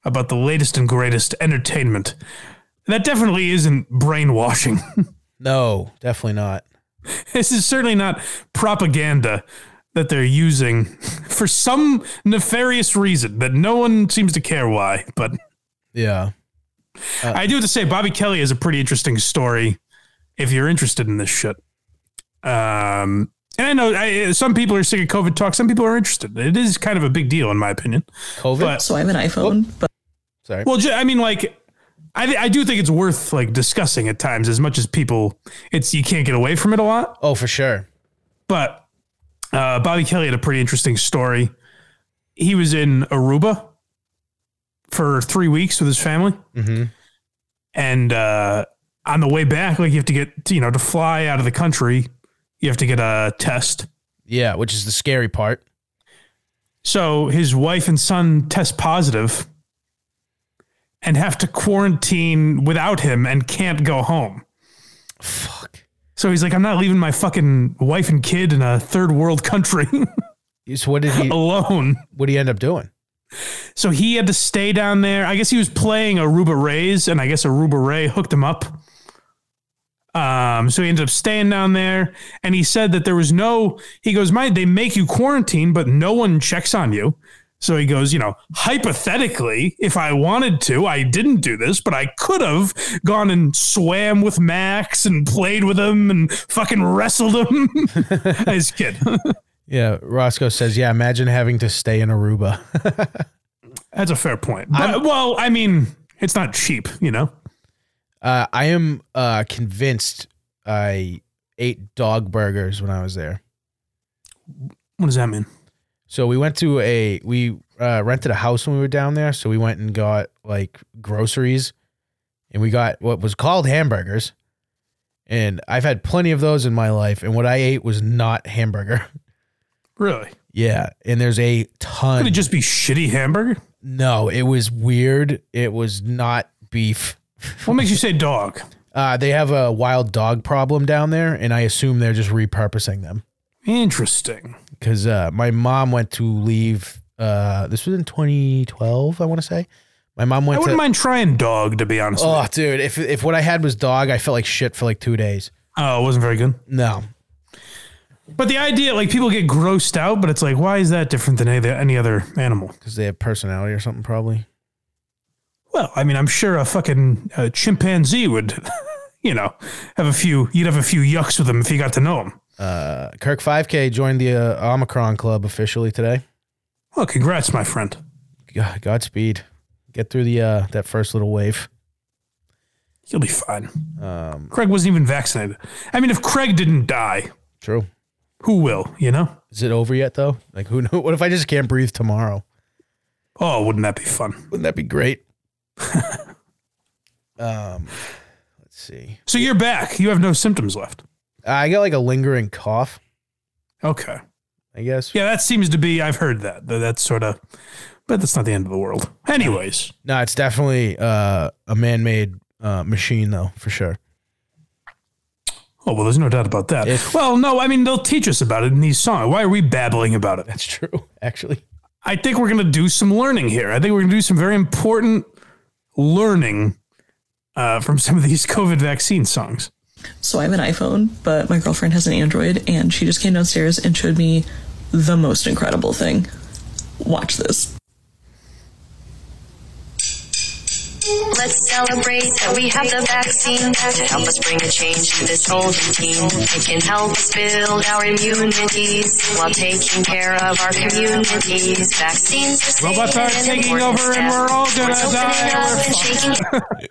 B: about the latest and greatest entertainment. That definitely isn't brainwashing.
A: No, definitely not.
B: this is certainly not propaganda that they're using for some nefarious reason that no one seems to care why. But
A: Yeah.
B: I do have to say, Bobby Kelly is a pretty interesting story if you're interested in this shit. Um, and I know I, some people are sick of COVID talk, some people are interested. It is kind of a big deal, in my opinion.
A: COVID.
B: But-
G: So I have an iPhone, but
A: Sorry.
B: Well, ju- I mean, like, I, I do think it's worth like discussing at times as much as people, it's you can't get away from it a lot.
A: oh, for sure.
B: But uh, Bobby Kelly had a pretty interesting story. He was in Aruba for three weeks with his family,
A: Mm-hmm.
B: and uh, on the way back, like you have to get you know to fly out of the country, you have to get a test.
A: Yeah, which is the scary part.
B: So his wife and son test positive and have to quarantine without him and can't go home.
A: Fuck.
B: So he's like, I'm not leaving my fucking wife and kid in a third world country
A: So what did he?
B: Oh. alone.
A: What did he end up doing?
B: So he had to stay down there. I guess he was playing Aruba Rays, and I guess Aruba Ray hooked him up. Um, so he ended up staying down there, and he said that there was no. He goes, "My, they make you quarantine, but no one checks on you." So he goes, you know, hypothetically, if I wanted to, I didn't do this, but I could have gone and swam with Max and played with him and fucking wrestled him as a kid.
A: Yeah, Roscoe says. Yeah, imagine having to stay in Aruba.
B: That's a fair point. But, well, I mean, it's not cheap, you know.
A: uh, I am uh, convinced I ate dog burgers when I was there.
B: What does that mean?
A: So we went to a we uh, rented a house when we were down there. So we went and got like groceries, and we got what was called hamburgers. And I've had plenty of those in my life, and what I ate was not hamburger.
B: Really?
A: Yeah, and there's a ton.
B: Could it just be shitty hamburger?
A: no, it was weird. It was not beef.
B: What makes you say dog?
A: Uh, they have a wild dog problem down there, and I assume they're just repurposing them.
B: Interesting.
A: because uh, my mom went to leave. Uh, this was in 2012, I want to say. My mom
B: I
A: went
B: wouldn't
A: to.
B: mind trying dog, to be honest. with
A: Oh, dude! If if what I had was dog, I felt like shit for like two days.
B: you. Oh, it wasn't very good.
A: No,
B: But the idea, like, people get grossed out, but it's like, why is that different than any, any other animal?
A: because they have personality or something, probably.
B: Well, I mean, I'm sure a fucking uh chimpanzee would, you know, have a few. You'd have a few yucks with him if you got to know him.
A: Uh, Kirk 5K joined the uh, Omicron Club officially today.
B: Well, congrats, my friend.
A: God, Godspeed. Get through the uh, that first little wave. Um,
B: You'll be fine. Craig wasn't even vaccinated. I mean, if Craig didn't die,
A: True.
B: who will? You know?
A: Is it over yet though? Like who know? What if I just can't breathe tomorrow?
B: Oh, wouldn't that be fun?
A: Wouldn't that be great? um, let's see.
B: So you're back. You have no symptoms left.
A: I got like a lingering cough.
B: Okay.
A: I guess.
B: Yeah, that seems to be. I've heard that. that that's sort of, but that's not the end of the world. Anyways,
A: No, it's definitely uh, a man-made uh, machine, though, for sure.
B: oh well, there's no doubt about that.
A: If-
B: well, no, I mean they'll teach us about it in these songs. Why are we babbling about it?
A: That's true, actually.
B: I think we're going to do some learning here. I think we're going to do some very important learning uh, from some of these COVID vaccine songs.
G: So I have an iPhone, but my girlfriend has an Android, and she just came downstairs and showed me the most incredible thing. Watch this.
H: Let's celebrate that we have the vaccine to help us bring a change to this whole routine. It can help us build our immunities while taking care of our communities. Vaccines are safe
B: Robots are
H: and an
B: taking
H: important
B: over and
H: step
B: we're all gonna
H: towards opening
B: die.
H: up
B: We're
H: and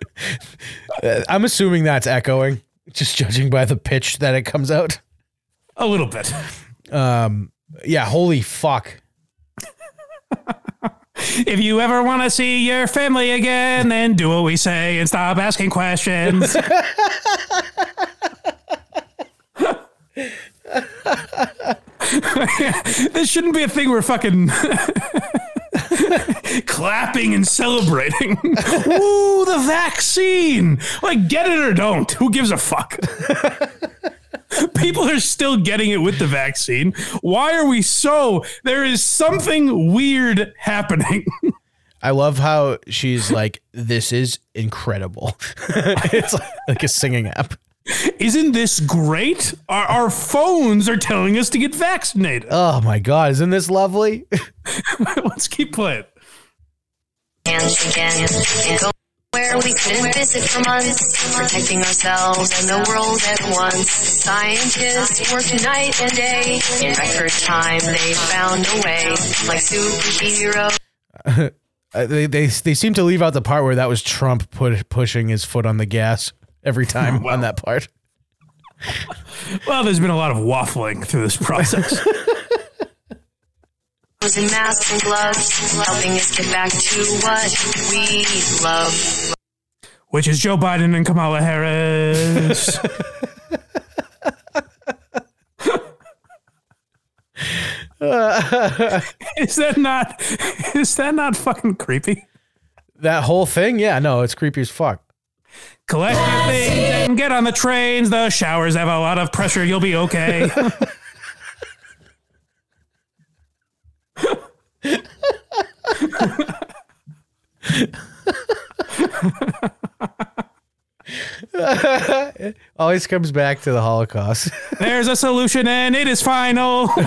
H: shaking
A: I'm assuming that's echoing, just judging by the pitch that it comes out.
B: A little bit.
A: Um, yeah, holy fuck.
B: If you ever want to see your family again, then do what we say and stop asking questions. this shouldn't be a thing we're fucking clapping and celebrating. Woo, the vaccine! Like, get it or don't. Who gives a fuck? People are still getting it with the vaccine. Why are we so? There is something weird happening.
A: I love how she's like, this is incredible. it's like, like a singing app.
B: Isn't this great? Our, our phones are telling us to get vaccinated.
A: Oh my God, isn't this lovely?
B: Let's keep playing.
H: hands again and go where we couldn't visit for months, protecting ourselves and the world at once. Scientists worked night and day. In record time, they found a way, like superheroes.
A: Uh, they, they, they seem to leave out the part where that was Trump put, pushing his foot on the gas every time on that part.
B: Well, there's been a lot of waffling through this process.
H: And masks and gloves, helping us get back to what we love.
B: Which is Joe Biden and Kamala Harris. is that not is that not fucking creepy?
A: That whole thing? Yeah, no, it's creepy as fuck.
B: Collect your things and get on the trains. The showers have a lot of pressure. You'll be okay.
A: Always comes back to the Holocaust.
B: There's a solution and it is final.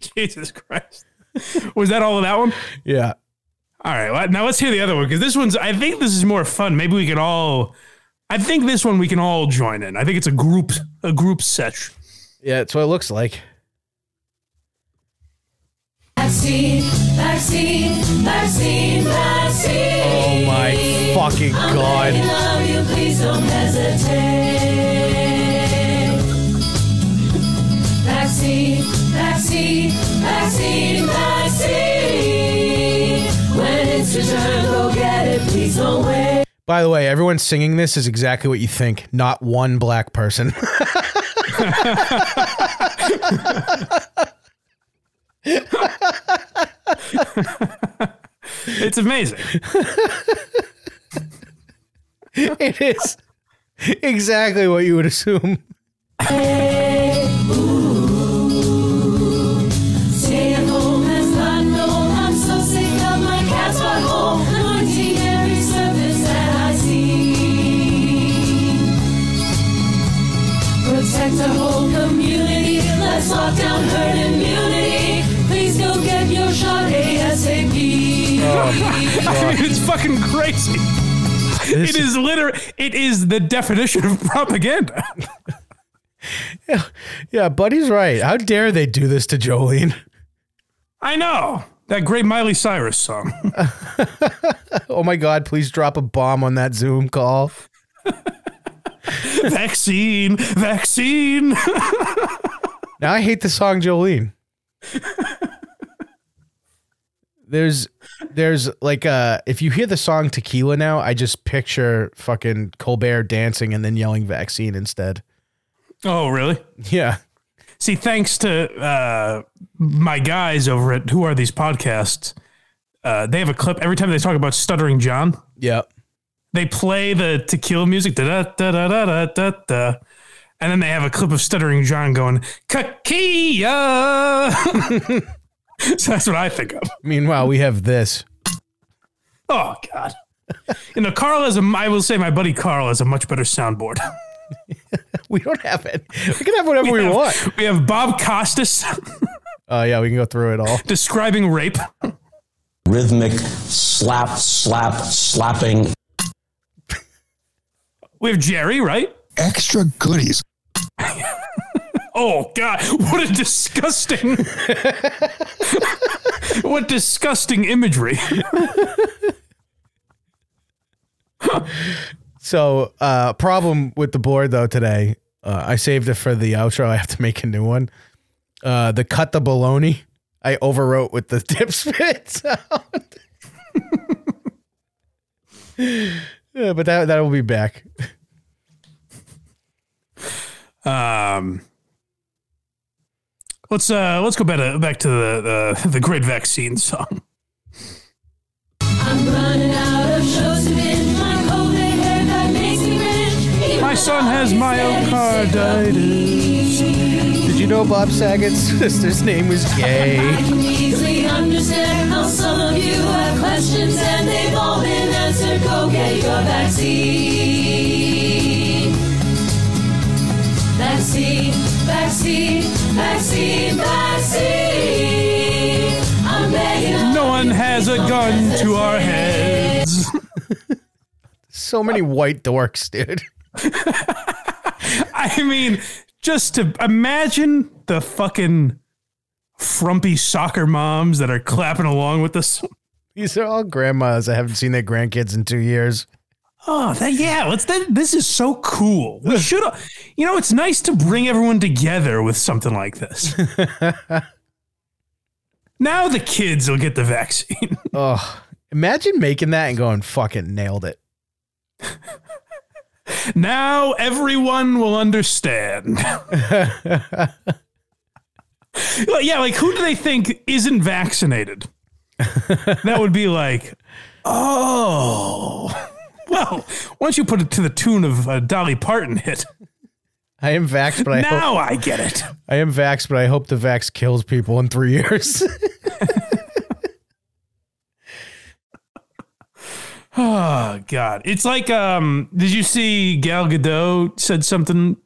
B: Jesus Christ. Was that all of that one?
A: yeah.
B: All right. well, now let's hear the other one because this one's, I think this is more fun. Maybe we can all, I think this one we can all join in. I think it's a group, a group sesh.
A: Yeah, that's what it looks like.
I: Vaccine, vaccine, Mercy, mercy.
A: Oh my fucking
I: I
A: god.
I: love you, please don't hesitate. Backseat, backseat, backseat, backseat. When it's your turn, go get it, please don't wait.
A: By the way, everyone singing this is exactly what you think. Not one black person.
B: It's amazing.
A: it is exactly what you would assume.
I: Stay at home has got no. I'm so sick of my cat's butthole, anointing every surface that I see. Protect our whole community. Let's lock down herd immunity. Please go get your shot ASAP.
B: it's fucking crazy. It is literally, it is the definition of propaganda.
A: Yeah, Buddy's right. How dare they do this to Jolene?
B: I know. That great Miley Cyrus song.
A: Oh my god, please drop a bomb on that Zoom call.
B: vaccine, vaccine.
A: Now I hate the song Jolene. there's there's like uh if you hear the song Tequila now, I just picture fucking Colbert dancing and then yelling vaccine instead.
B: oh, really?
A: Yeah.
B: See, thanks to uh, my guys over at Who Are These Podcasts, uh, they have a clip every time they talk about Stuttering John.
A: Yeah.
B: They play the tequila music, da da da da da da da, and then they have a clip of Stuttering John going kakia. so that's what I think of.
A: Meanwhile, we have this.
B: Oh God. You know, Carl has a. I will say, my buddy Carl has a much better soundboard.
A: We don't have it. We can have whatever we,
B: have-
A: want.
B: We have Bob Costas
A: Oh yeah, we can go through it all.
B: describing rape.
J: rhythmic slap, slap, slapping.
B: We have Jerry, right?
K: Extra goodies.
B: Oh God! What a disgusting, what disgusting imagery.
A: So, uh, problem with the board though today. Uh, I saved it for the outro. I have to make a new one. Uh, the cut the baloney. I overwrote with the dip spit sound. yeah, but that that will be back.
B: Um, let's uh, let's go back to, back to the the, the great vaccine song.
I: I'm running out of shows to binge. My COVID haircut makes me cringe. Even
B: My son
I: though
B: has
I: he's
B: myocarditis.
A: Did you know Bob Saget's sister's name was
I: I
A: Gay?
I: can easily understand how some of you have questions and they've all been answered. Go get your vaccine. Vaccine, vaccine, vaccine, vaccine. I'm begging.
B: No one has a gun to our heads.
A: So many white dorks, dude.
B: I mean, just to imagine the fucking frumpy soccer moms that are clapping along with us.
A: These are all grandmas. I haven't seen their grandkids in two years.
B: Oh, that, yeah. Let's. That, this is so cool. We should. You know, it's nice to bring everyone together with something like this. now the kids will get the vaccine.
A: Oh, imagine making that and going fucking nailed it.
B: Now everyone will understand. Well, yeah, like who do they think isn't vaccinated? that would be like, oh, well. Once you put it to the tune of a Dolly Parton hit,
A: I am vaxxed, but I hope
B: now I get it.
A: I am vaxxed, but I hope the vax kills people in three years.
B: Oh God! It's like, um, did you see Gal Gadot said something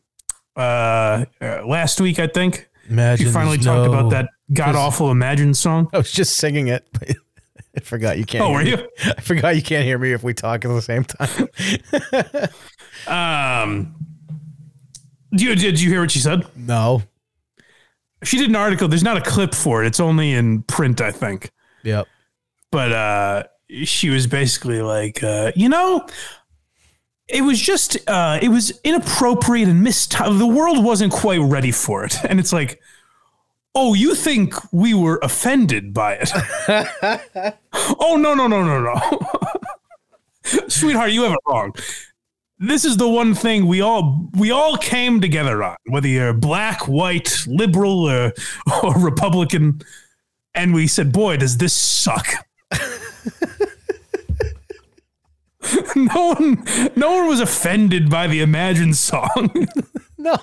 B: uh, uh, last week? I think
A: Imagine
B: she finally talked about that god awful Imagine song.
A: I was just singing it. but I forgot you can't.
B: Oh, were
A: hear
B: you?
A: me. I forgot you can't hear me if we talk at the same time.
B: Um, do you, did you hear what she said?
A: no.
B: She did an article. There's not a clip for it. It's only in print, I think.
A: Yep.
B: but uh, she was basically like, uh, you know, it was just uh, it was inappropriate and mistimed. The world wasn't quite ready for it, and it's like, oh, you think we were offended by it? oh no no no no no, sweetheart, you have it wrong. This is the one thing we all we all came together on, whether you're black, white, liberal, or, or Republican, and we said, boy, does this suck. no one no one was offended by the Imagine song.
A: No.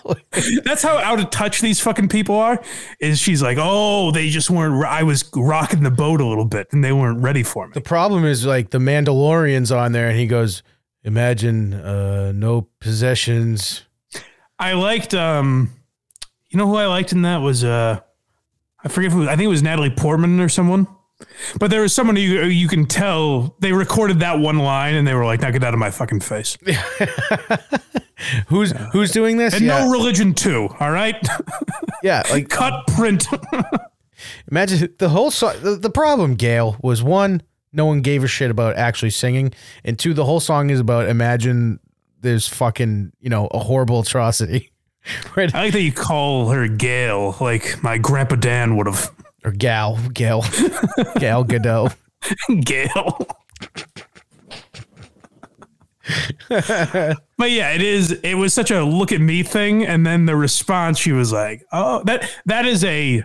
B: That's how out of touch these fucking people are. Is she's like, oh, they just weren't. I was rocking the boat a little bit, and they weren't ready for me.
A: The problem is like the Mandalorian's on there, and he goes, "Imagine uh, no possessions."
B: I liked, um, you know, who I liked in that was, uh, I forget who. I think it was Natalie Portman or someone. But there was someone who you, you can tell they recorded that one line, and they were like, "Now get out of my fucking face."
A: Who's who's doing this?
B: And
A: Yeah.
B: no religion too. All right,
A: Yeah, like
B: cut print.
A: Imagine the whole song. The, the problem, Gail, was one, no one gave a shit about actually singing, and two, the whole song is about imagine there's fucking you know a horrible atrocity, right?
B: I like that you call her Gail, like my grandpa Dan would have.
A: Or gal, Gail, Gail Godot.
B: Gail. but yeah, it is. It was such a look at me thing, and then the response she was like, "Oh, that that is a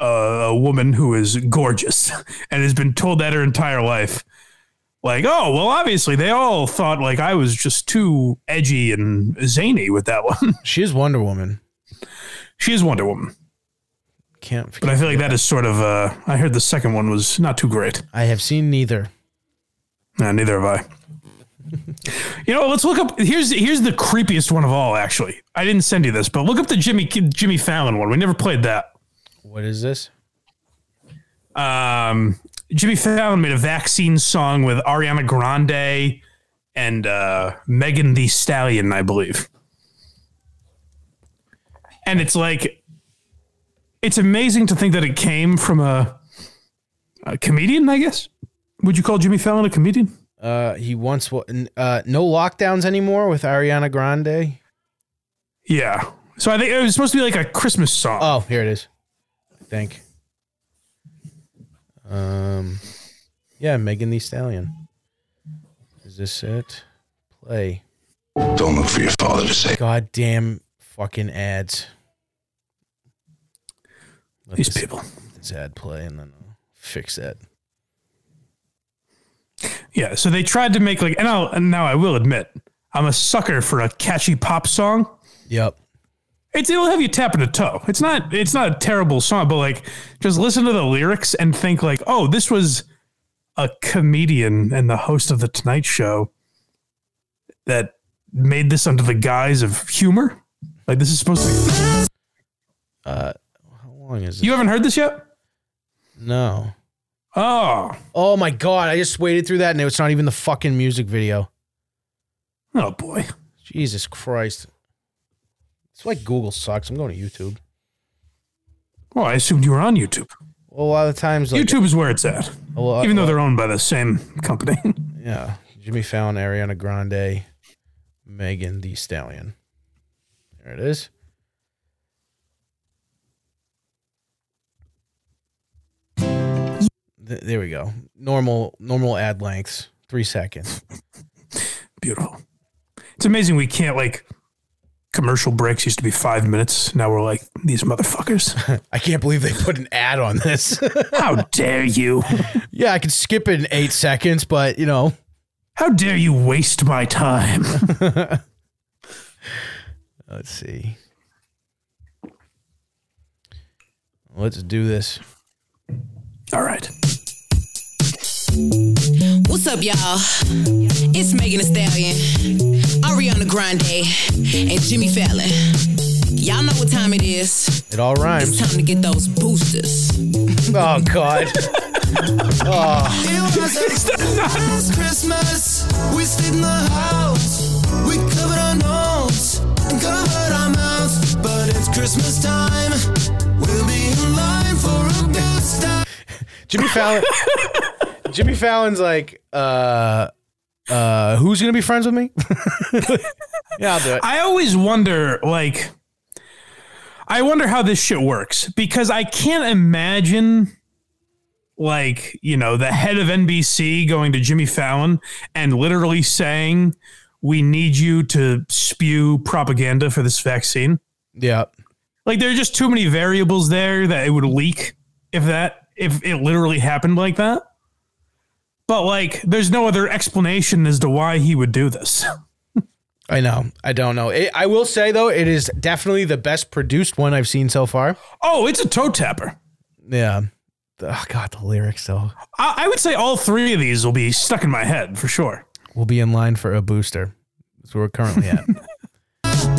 B: uh, a woman who is gorgeous and has been told that her entire life." Like, oh well, obviously they all thought like I was just too edgy and zany with that one.
A: She is Wonder Woman.
B: she is Wonder Woman,
A: Can't.
B: but I feel like that is sort of. Uh, I heard the second one was not too great.
A: I have seen neither.
B: No, neither have I. you know, let's look up. Here's here's the creepiest one of all. Actually, I didn't send you this, but look up the Jimmy Jimmy Fallon one. We never played that.
A: What is this?
B: Um, Jimmy Fallon made a vaccine song with Ariana Grande and uh, Megan the Stallion, I believe. And it's like, it's amazing to think that it came from a, a comedian. I guess. Would you call Jimmy Fallon a comedian?
A: Uh, he once wa- n- uh no lockdowns anymore with Ariana Grande.
B: Yeah. So I think it was supposed to be like a Christmas song.
A: Oh, here it is. I think. Um, yeah, Megan the Stallion. Is this it? Play.
K: Don't look for your father to say.
A: Goddamn fucking ads. Let
B: These
A: this-
B: people.
A: let This ad play and then I'll fix that.
B: Yeah. So they tried to make like, and, I'll, and now I will admit, I'm a sucker for a catchy pop song.
A: Yep.
B: It's, it'll have you tapping a toe. It's not. It's not a terrible song, but like, just listen to the lyrics and think like, oh, this was a comedian and the host of the Tonight Show that made this under the guise of humor. Like this is supposed to. be...
A: Uh, how long is it?
B: You haven't heard this yet?
A: No.
B: Oh,
A: Oh my god! I just waded through that and it's not even the fucking music video.
B: oh boy.
A: Jesus Christ! It's like Google sucks. I'm going to YouTube.
B: Well, Oh, I assumed you were on YouTube.
A: Well, a lot of times, like, Uh,
B: YouTube is where it's at,
A: a lot-
B: even though they're owned by the same company.
A: Yeah. Jimmy Fallon, Ariana Grande, Megan the Stallion. There it is. Th- there we go. Normal normal ad lengths, three seconds.
B: Beautiful. It's amazing we can't like commercial breaks used to be five minutes. Now we're like these motherfuckers.
A: I can't believe they put an ad on this.
B: How dare you?
A: yeah, I could skip it in eight seconds, but you know.
B: How dare you waste my time?
A: Let's see. Let's do this.
B: All right.
L: What's up, y'all? It's Megan Thee Stallion, Ariana Grande, and Jimmy Fallon. Y'all know what time it is.
A: It all
L: It's
A: rhymes.
L: time to get those boosters.
A: Oh God. oh.
M: It was a last Christmas. We stayed in the house. We covered our nose and covered our mouth. But it's Christmas time. We'll be in line for a good time.
A: Jimmy Fallon. Jimmy Fallon's like, uh, uh, who's gonna be friends with me? yeah, I'll do it.
B: I always wonder, like, I wonder how this shit works because I can't imagine, like, you know, the head of NBC going to Jimmy Fallon and literally saying, "We need you to spew propaganda for this vaccine."
A: Yeah,
B: like there are just too many variables there that it would leak if that if it literally happened like that. But like, there's no other explanation as to why he would do this.
A: I know. I don't know. It, I will say though, it is definitely the best produced one I've seen so far.
B: Oh, it's a toe tapper.
A: Yeah. Oh God, the lyrics though
B: I, I would say all three of these will be stuck in my head for sure.
A: will be in line for a booster. That's where we're currently at.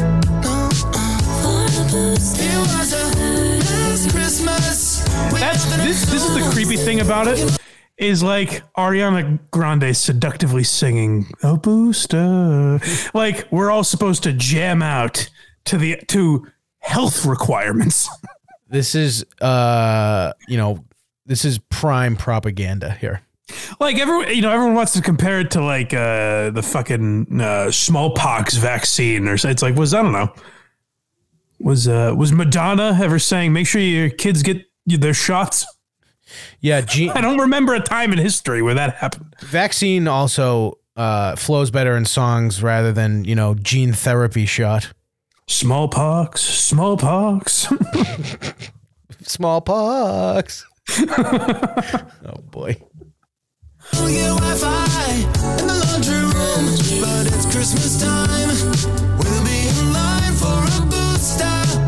M: It was a last Christmas.
B: That's this. This is the creepy thing about it is like Ariana Grande seductively singing "A Booster." Like we're all supposed to jam out to the to health requirements.
A: this is, uh, you know, this is prime propaganda here.
B: Like everyone, you know, everyone wants to compare it to like uh, the fucking uh, smallpox vaccine, or so. it's like was I don't know, was uh, was Madonna ever saying make sure your kids get their shots?
A: Yeah, G-
B: I don't remember a time in history where that happened.
A: Vaccine also uh, flows better in songs rather than you know gene therapy shot.
B: Smallpox, smallpox.
A: Smallpox. oh boy.
M: We get Wi-Fi in the laundry room, but it's Christmas time. We'll be in line for a booster.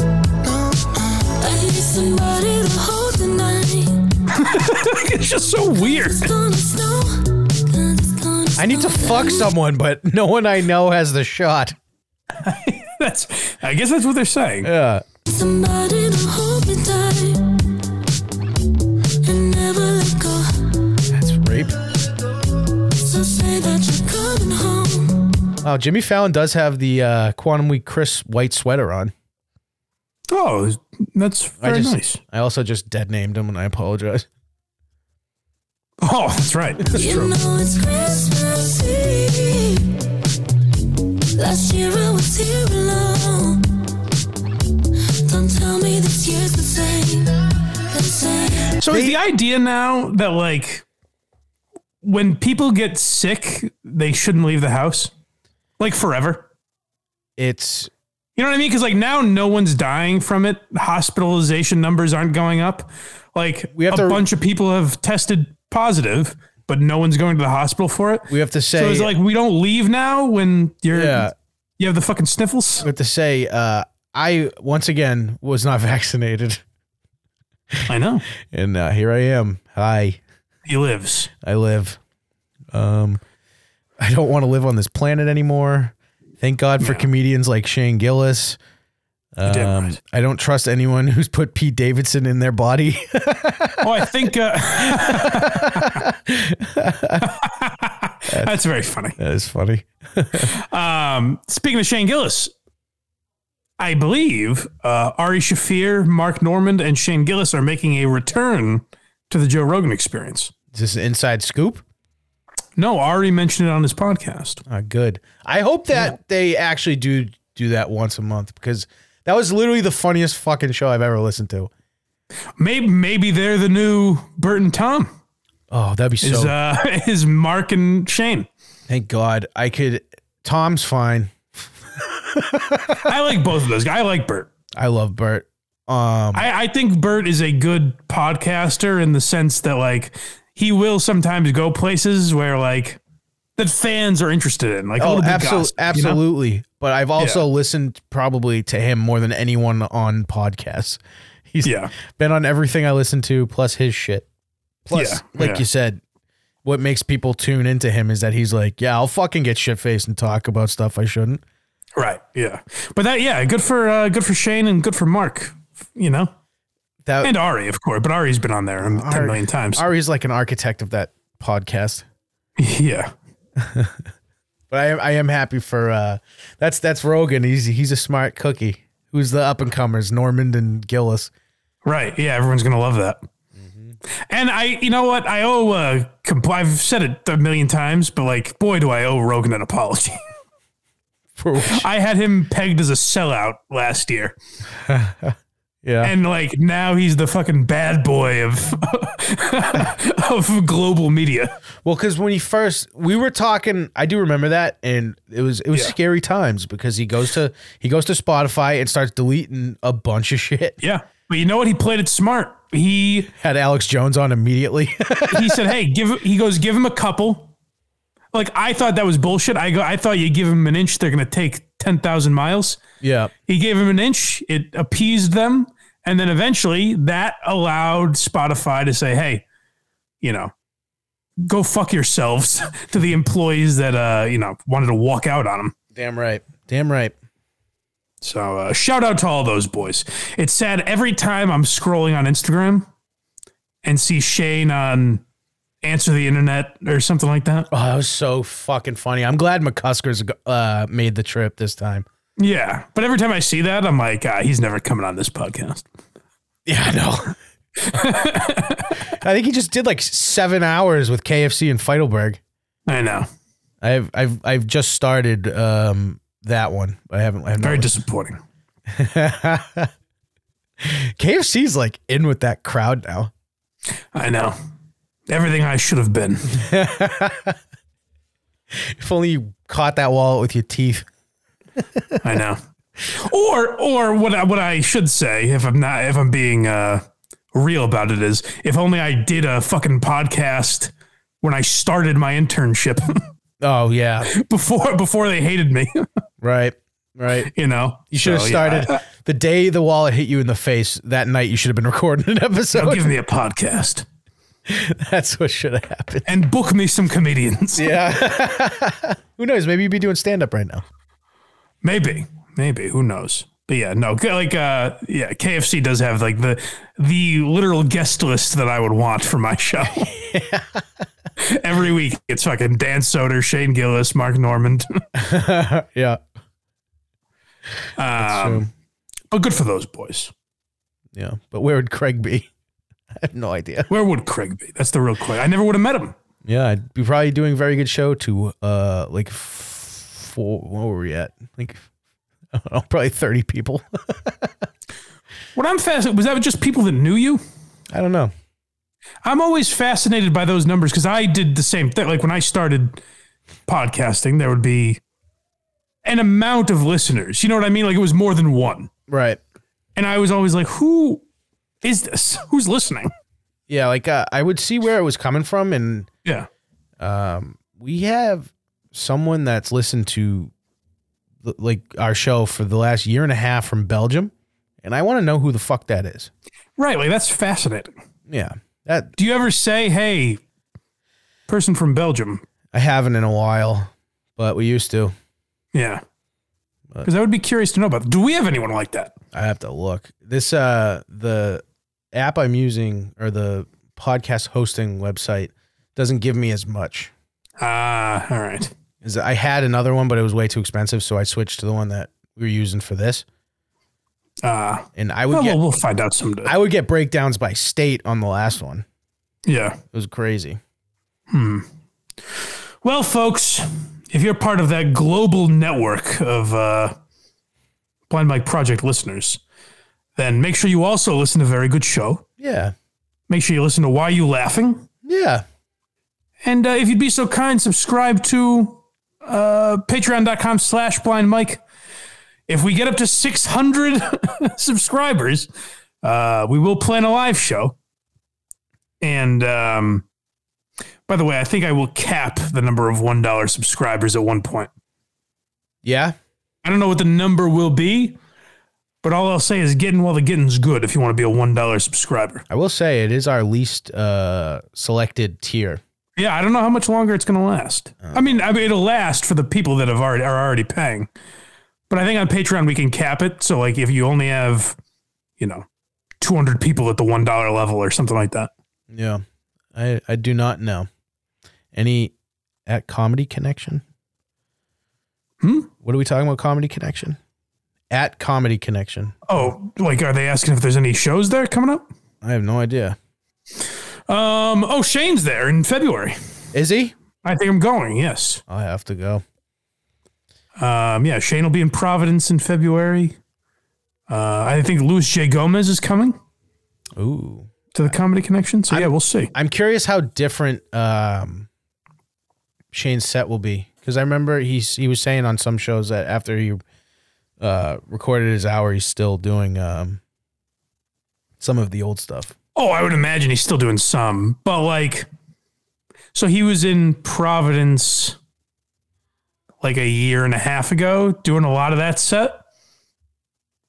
M: No, Uh-uh. I need somebody to hold tonight.
B: it's just so weird.
M: Gonna snow.
A: I need to fuck someone, but no one I know has the shot.
B: That's I guess that's what they're saying.
A: Yeah.
M: Somebody to hold me tight. And never let go.
A: That's rape.
M: So say that you're coming home.
A: Wow, Oh, Jimmy Fallon does have the uh, Quantum Week Chris white sweater on.
B: Oh, that's very
A: I just,
B: nice.
A: I also just dead named him, and I apologize.
B: Oh, that's right. That's
M: You
B: true.
M: know Oh, it's Christmas Eve. Last year I was here alone. Don't tell me this year's the same. The same.
B: So is the idea now that like when people get sick, they shouldn't leave the house like forever?
A: It's
B: You know what I mean? Because like now no one's dying from it. Hospitalization numbers aren't going up. Like
A: We have
B: a
A: to-
B: bunch of people have tested positive, but no one's going to the hospital for it.
A: we have to say
B: so it's like we don't leave now when you're
A: Yeah.
B: you have the fucking sniffles.
A: we have to say uh, I once again was not vaccinated,
B: I know
A: and uh, here I am. Hi,
B: he lives.
A: I live. Um, I don't want to live on this planet anymore. Thank God for comedians like Shane Gillis.
B: damn
A: Um, I don't trust anyone who's put Pete Davidson in their body.
B: Oh, I think uh, that's very funny.
A: that is funny.
B: Um, speaking of Shane Gillis, I believe uh, Ari Shafir, Mark Normand, and Shane Gillis are making a return to the Joe Rogan Experience.
A: Is this an inside scoop?
B: No, Ari mentioned it on his podcast.
A: Ah, good. I hope that they actually do do that once a month because that was literally the funniest fucking show I've ever listened to.
B: Maybe maybe they're the new Bert and Tom.
A: Oh, that'd be so.
B: Is uh, is Mark and Shane?
A: thank God I could. Tom's fine.
B: I like both of those guys. I like Bert.
A: I love Bert. Um,
B: I, I think Bert is a good podcaster in the sense that like he will sometimes go places where like that fans are interested in, like a
A: oh,
B: little bit
A: absolutely,
B: gossip, you know?
A: absolutely. But I've also listened probably to him more than anyone on podcasts. He's
B: Yeah.
A: been on everything I listen to, plus his shit. Plus,
B: Yeah,
A: like
B: yeah.
A: you said, what makes people tune into him is that he's like, yeah, I'll fucking get shit faced and talk about stuff I shouldn't.
B: Right. Yeah. But that yeah, good for uh, good for Shane and good for Mark, you know.
A: That
B: And Ari, of course, but Ari's been on there a 10
A: Ari-
B: million times.
A: Ari's like an architect of that podcast.
B: yeah.
A: But I am I am happy for uh that's that's Rogan. He's he's a smart cookie. Who's the up and comers, Normand and Gillis. Mm-hmm.
B: Right. Yeah, everyone's going to love that. And I, you know what? I owe, uh, compl- I've said it a million times, but like, boy, do I owe Rogan an apology. I had him pegged as a sellout last year.
A: yeah.
B: And like, now he's the fucking bad boy of, of global media.
A: Well, because when he first, we were talking. I do remember that, and it was it was scary times because he goes to he goes to Spotify and starts deleting a bunch of shit.
B: Yeah, but you know what? He played it smart. He
A: had Alex Jones on immediately.
B: he said, "Hey, give." He goes, "Give him a couple." Like I thought that was bullshit. I go, I thought you give him an inch, they're gonna take ten thousand miles.
A: Yeah.
B: He gave him an inch. It appeased them, and then eventually that allowed Spotify to say, "Hey, you know, go fuck yourselves." to the employees that uh, you know wanted to walk out on him.
A: Damn right. Damn right.
B: So uh, shout out to all those boys. It's sad every time I'm scrolling on Instagram and see Shane on Answer the Internet or something like that.
A: Oh, that was so fucking funny. I'm glad McCusker's uh, made the trip this time.
B: Yeah, but every time I see that, I'm like, ah, he's never coming on this podcast.
A: Yeah, I know. I think he just did like seven hours with KFC and Feidelberg.
B: I know.
A: I've I've I've just started um, that one. I haven't. I haven't
B: Very disappointing.
A: KFC's like in with that crowd now.
B: I know. Everything I should have been.
A: If only you caught that wallet with your teeth.
B: I know. Or or what I, what I should say if I'm not if I'm being uh, real about it is if only I did a fucking podcast when I started my internship
A: Oh yeah.
B: before before they hated me.
A: Right. Right.
B: You know.
A: You should have
B: So, yeah,
A: started the day the wallet hit you in the face. That night you should have been recording an episode.
B: Now give me a podcast.
A: That's what should have happened.
B: And book me some comedians.
A: Yeah. Who knows? Maybe you'd be doing stand up right now.
B: Maybe, maybe. Who knows? But yeah, no. g- Like, uh, yeah, KFC does have like the the literal guest list that I would want for my show. Every week, it's fucking Dan Soder, Shane Gillis, Mark Normand.
A: yeah.
B: Um, but good for those boys.
A: Yeah. But where would Craig be? I have no idea.
B: Where would Craig be? That's the real question. I never would have met him.
A: Yeah, I'd be probably doing a very good show to uh like f- four what were we at? Like I don't know, probably thirty people.
B: What I'm fascinated was that just people that knew you.
A: I don't know.
B: I'm always fascinated by those numbers because I did the same thing. Like when I started podcasting, there would be an amount of listeners. You know what I mean? Like it was more than one.
A: Right.
B: And I was always like, who is this? Who's listening?
A: Yeah, like uh, I would see where it was coming from, and
B: Yeah.
A: um, we have someone that's listened to l- like our show for the last year and a half from Belgium, and I want to know who the fuck that is.
B: Right. Like that's fascinating.
A: Yeah, that
B: Do you ever say, hey, person from Belgium?
A: I haven't in a while, but we used to.
B: Yeah. Because I would be curious to know about. Do we have anyone like that?
A: I have to look. This uh the app I'm using or the podcast hosting website doesn't give me as much.
B: Ah, all right.
A: Is I had another one, but it was way too expensive, so I switched to the one that we were using for this.
B: Ah,
A: And I would
B: well,
A: get
B: we'll, we'll find out someday.
A: I would get breakdowns by state on the last one.
B: yeah.
A: It was crazy.
B: Hmm. Well, folks, if you're part of that global network of uh, Blind Mike Project listeners, then make sure you also listen to a very good show.
A: Yeah.
B: Make sure you listen to Why You Laughing.
A: Yeah.
B: And uh, if you'd be so kind, subscribe to uh, patreon.com slash blind Mike. If we get up to 600 subscribers, uh, we will plan a live show. And um, by the way, I think I will cap the number of $1 subscribers at one point.
A: Yeah.
B: I don't know what the number will be, but all I'll say is getting while the getting's good if you want to be a $1 subscriber.
A: I will say it is our least uh selected tier.
B: Yeah, I don't know how much longer it's going to last. I mean, I mean, it'll last for the people that have already are already paying. But I think on Patreon we can cap it. So like, if you only have, you know, two hundred people at the one dollar level or something like that.
A: Yeah. I I do not know. Any at comedy connection?
B: Hmm?
A: What are we talking about comedy connection? At comedy connection.
B: Oh, like, are they asking if there's any shows there coming up?
A: I have no idea.
B: Um. Oh, Shane's there in February.
A: Is he?
B: I think I'm going. Yes.
A: I have to go.
B: Um. Yeah. Shane will be in Providence in February. Uh. I think Luis J. Gomez is coming.
A: Ooh.
B: To the Comedy Connection. So yeah, we'll see.
A: I'm curious how different um, Shane's set will be because I remember he's he was saying on some shows that after he uh, recorded his hour, he's still doing um, some of the old stuff.
B: Oh, I would imagine he's still doing some, but like, so he was in Providence like a year and a half ago doing a lot of that set.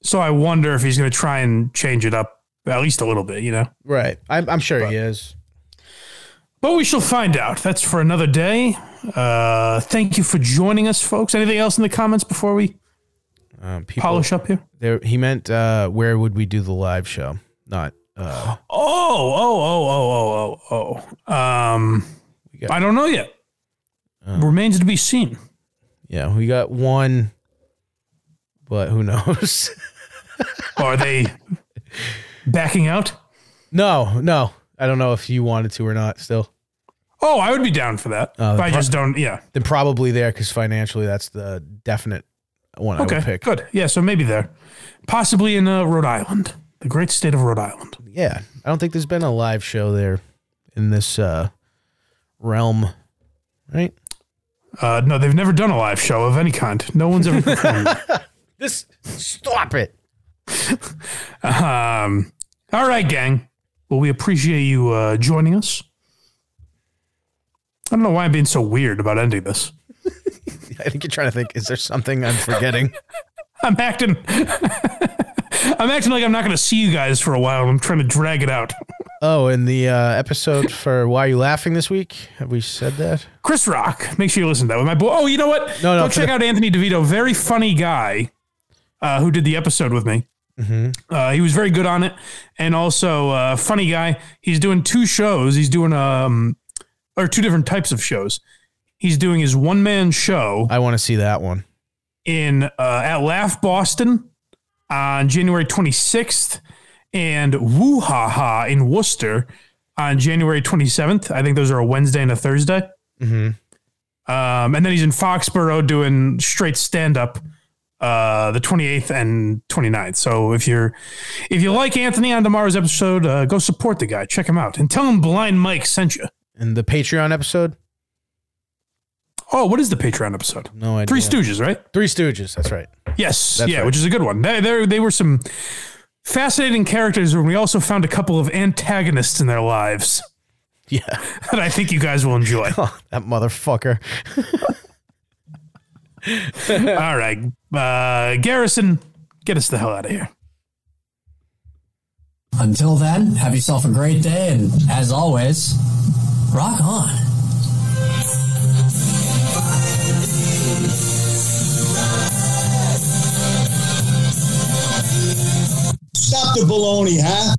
B: So I wonder if he's going to try and change it up at least a little bit, you know?
A: Right. I'm, I'm sure he is.
B: But we shall find out. That's for another day. Uh, thank you for joining us, folks. Anything else in the comments before we
A: Um, people,
B: polish up here?
A: There, he meant uh, where would we do the live show? Not uh,
B: Oh, oh, oh, oh, oh, oh, oh. Um, I don't know yet. Remains to be seen.
A: yeah. We got one, but who knows?
B: Are they backing out?
A: No, no. I don't know if you wanted to or not. Still,
B: Oh, I would be down for that.
A: Uh,
B: but I
A: pro-
B: just don't. Yeah.
A: then probably there because financially, that's the definite one I
B: Okay.
A: would pick.
B: Good. Yeah. So maybe there, possibly in uh, Rhode Island, the great state of Rhode Island.
A: Yeah, I don't think there's been a live show there in this uh, realm, right?
B: Uh, no, they've never done a live show of any kind. No one's ever performed.
A: This stop it.
B: um, all right, gang. Well, we appreciate you uh, joining us. I don't know why I'm being so weird about ending this.
A: I think you're trying to think. Is there something I'm forgetting?
B: I'm acting. I'm acting like I'm not going to see you guys for a while. I'm trying to drag it out.
A: oh, in the uh, episode for Why Are You Laughing this week, have we said that?
B: Chris Rock. Make sure you listen to that with my boy. Oh, you know what?
A: No, no,
B: Go
A: for
B: check
A: the-
B: out Anthony DeVito. Very funny guy uh, who did the episode with me.
A: Mm-hmm.
B: Uh, he was very good on it, and also uh, funny guy. He's doing two shows. He's doing um, or two different types of shows. He's doing his one man show
A: I want to see that one.
B: in uh, at Laugh Boston on January 26th, and Woo Ha Ha in Worcester on January 27th. I think those are a Wednesday and a Thursday.
A: Mm-hmm.
B: Um, and then he's in Foxborough doing straight stand up uh, the 28th and 29th. So if you're if you like Anthony on tomorrow's episode, uh, go support the guy. Check him out and tell him Blind Mike sent you.
A: And the Patreon episode?
B: Oh, what is the Patreon episode?
A: No idea.
B: Three Stooges, right?
A: Three Stooges. That's right.
B: Yes,
A: That's
B: yeah,
A: right.
B: which is a good one. They, they they were some fascinating characters, and we also found a couple of antagonists in their lives
A: Yeah.
B: that I think you guys will enjoy.
A: that motherfucker.
B: All right, uh, Garrison, get us the hell out of here.
N: Until then, have yourself a great day, and as always, rock on.
O: Stop the baloney, huh?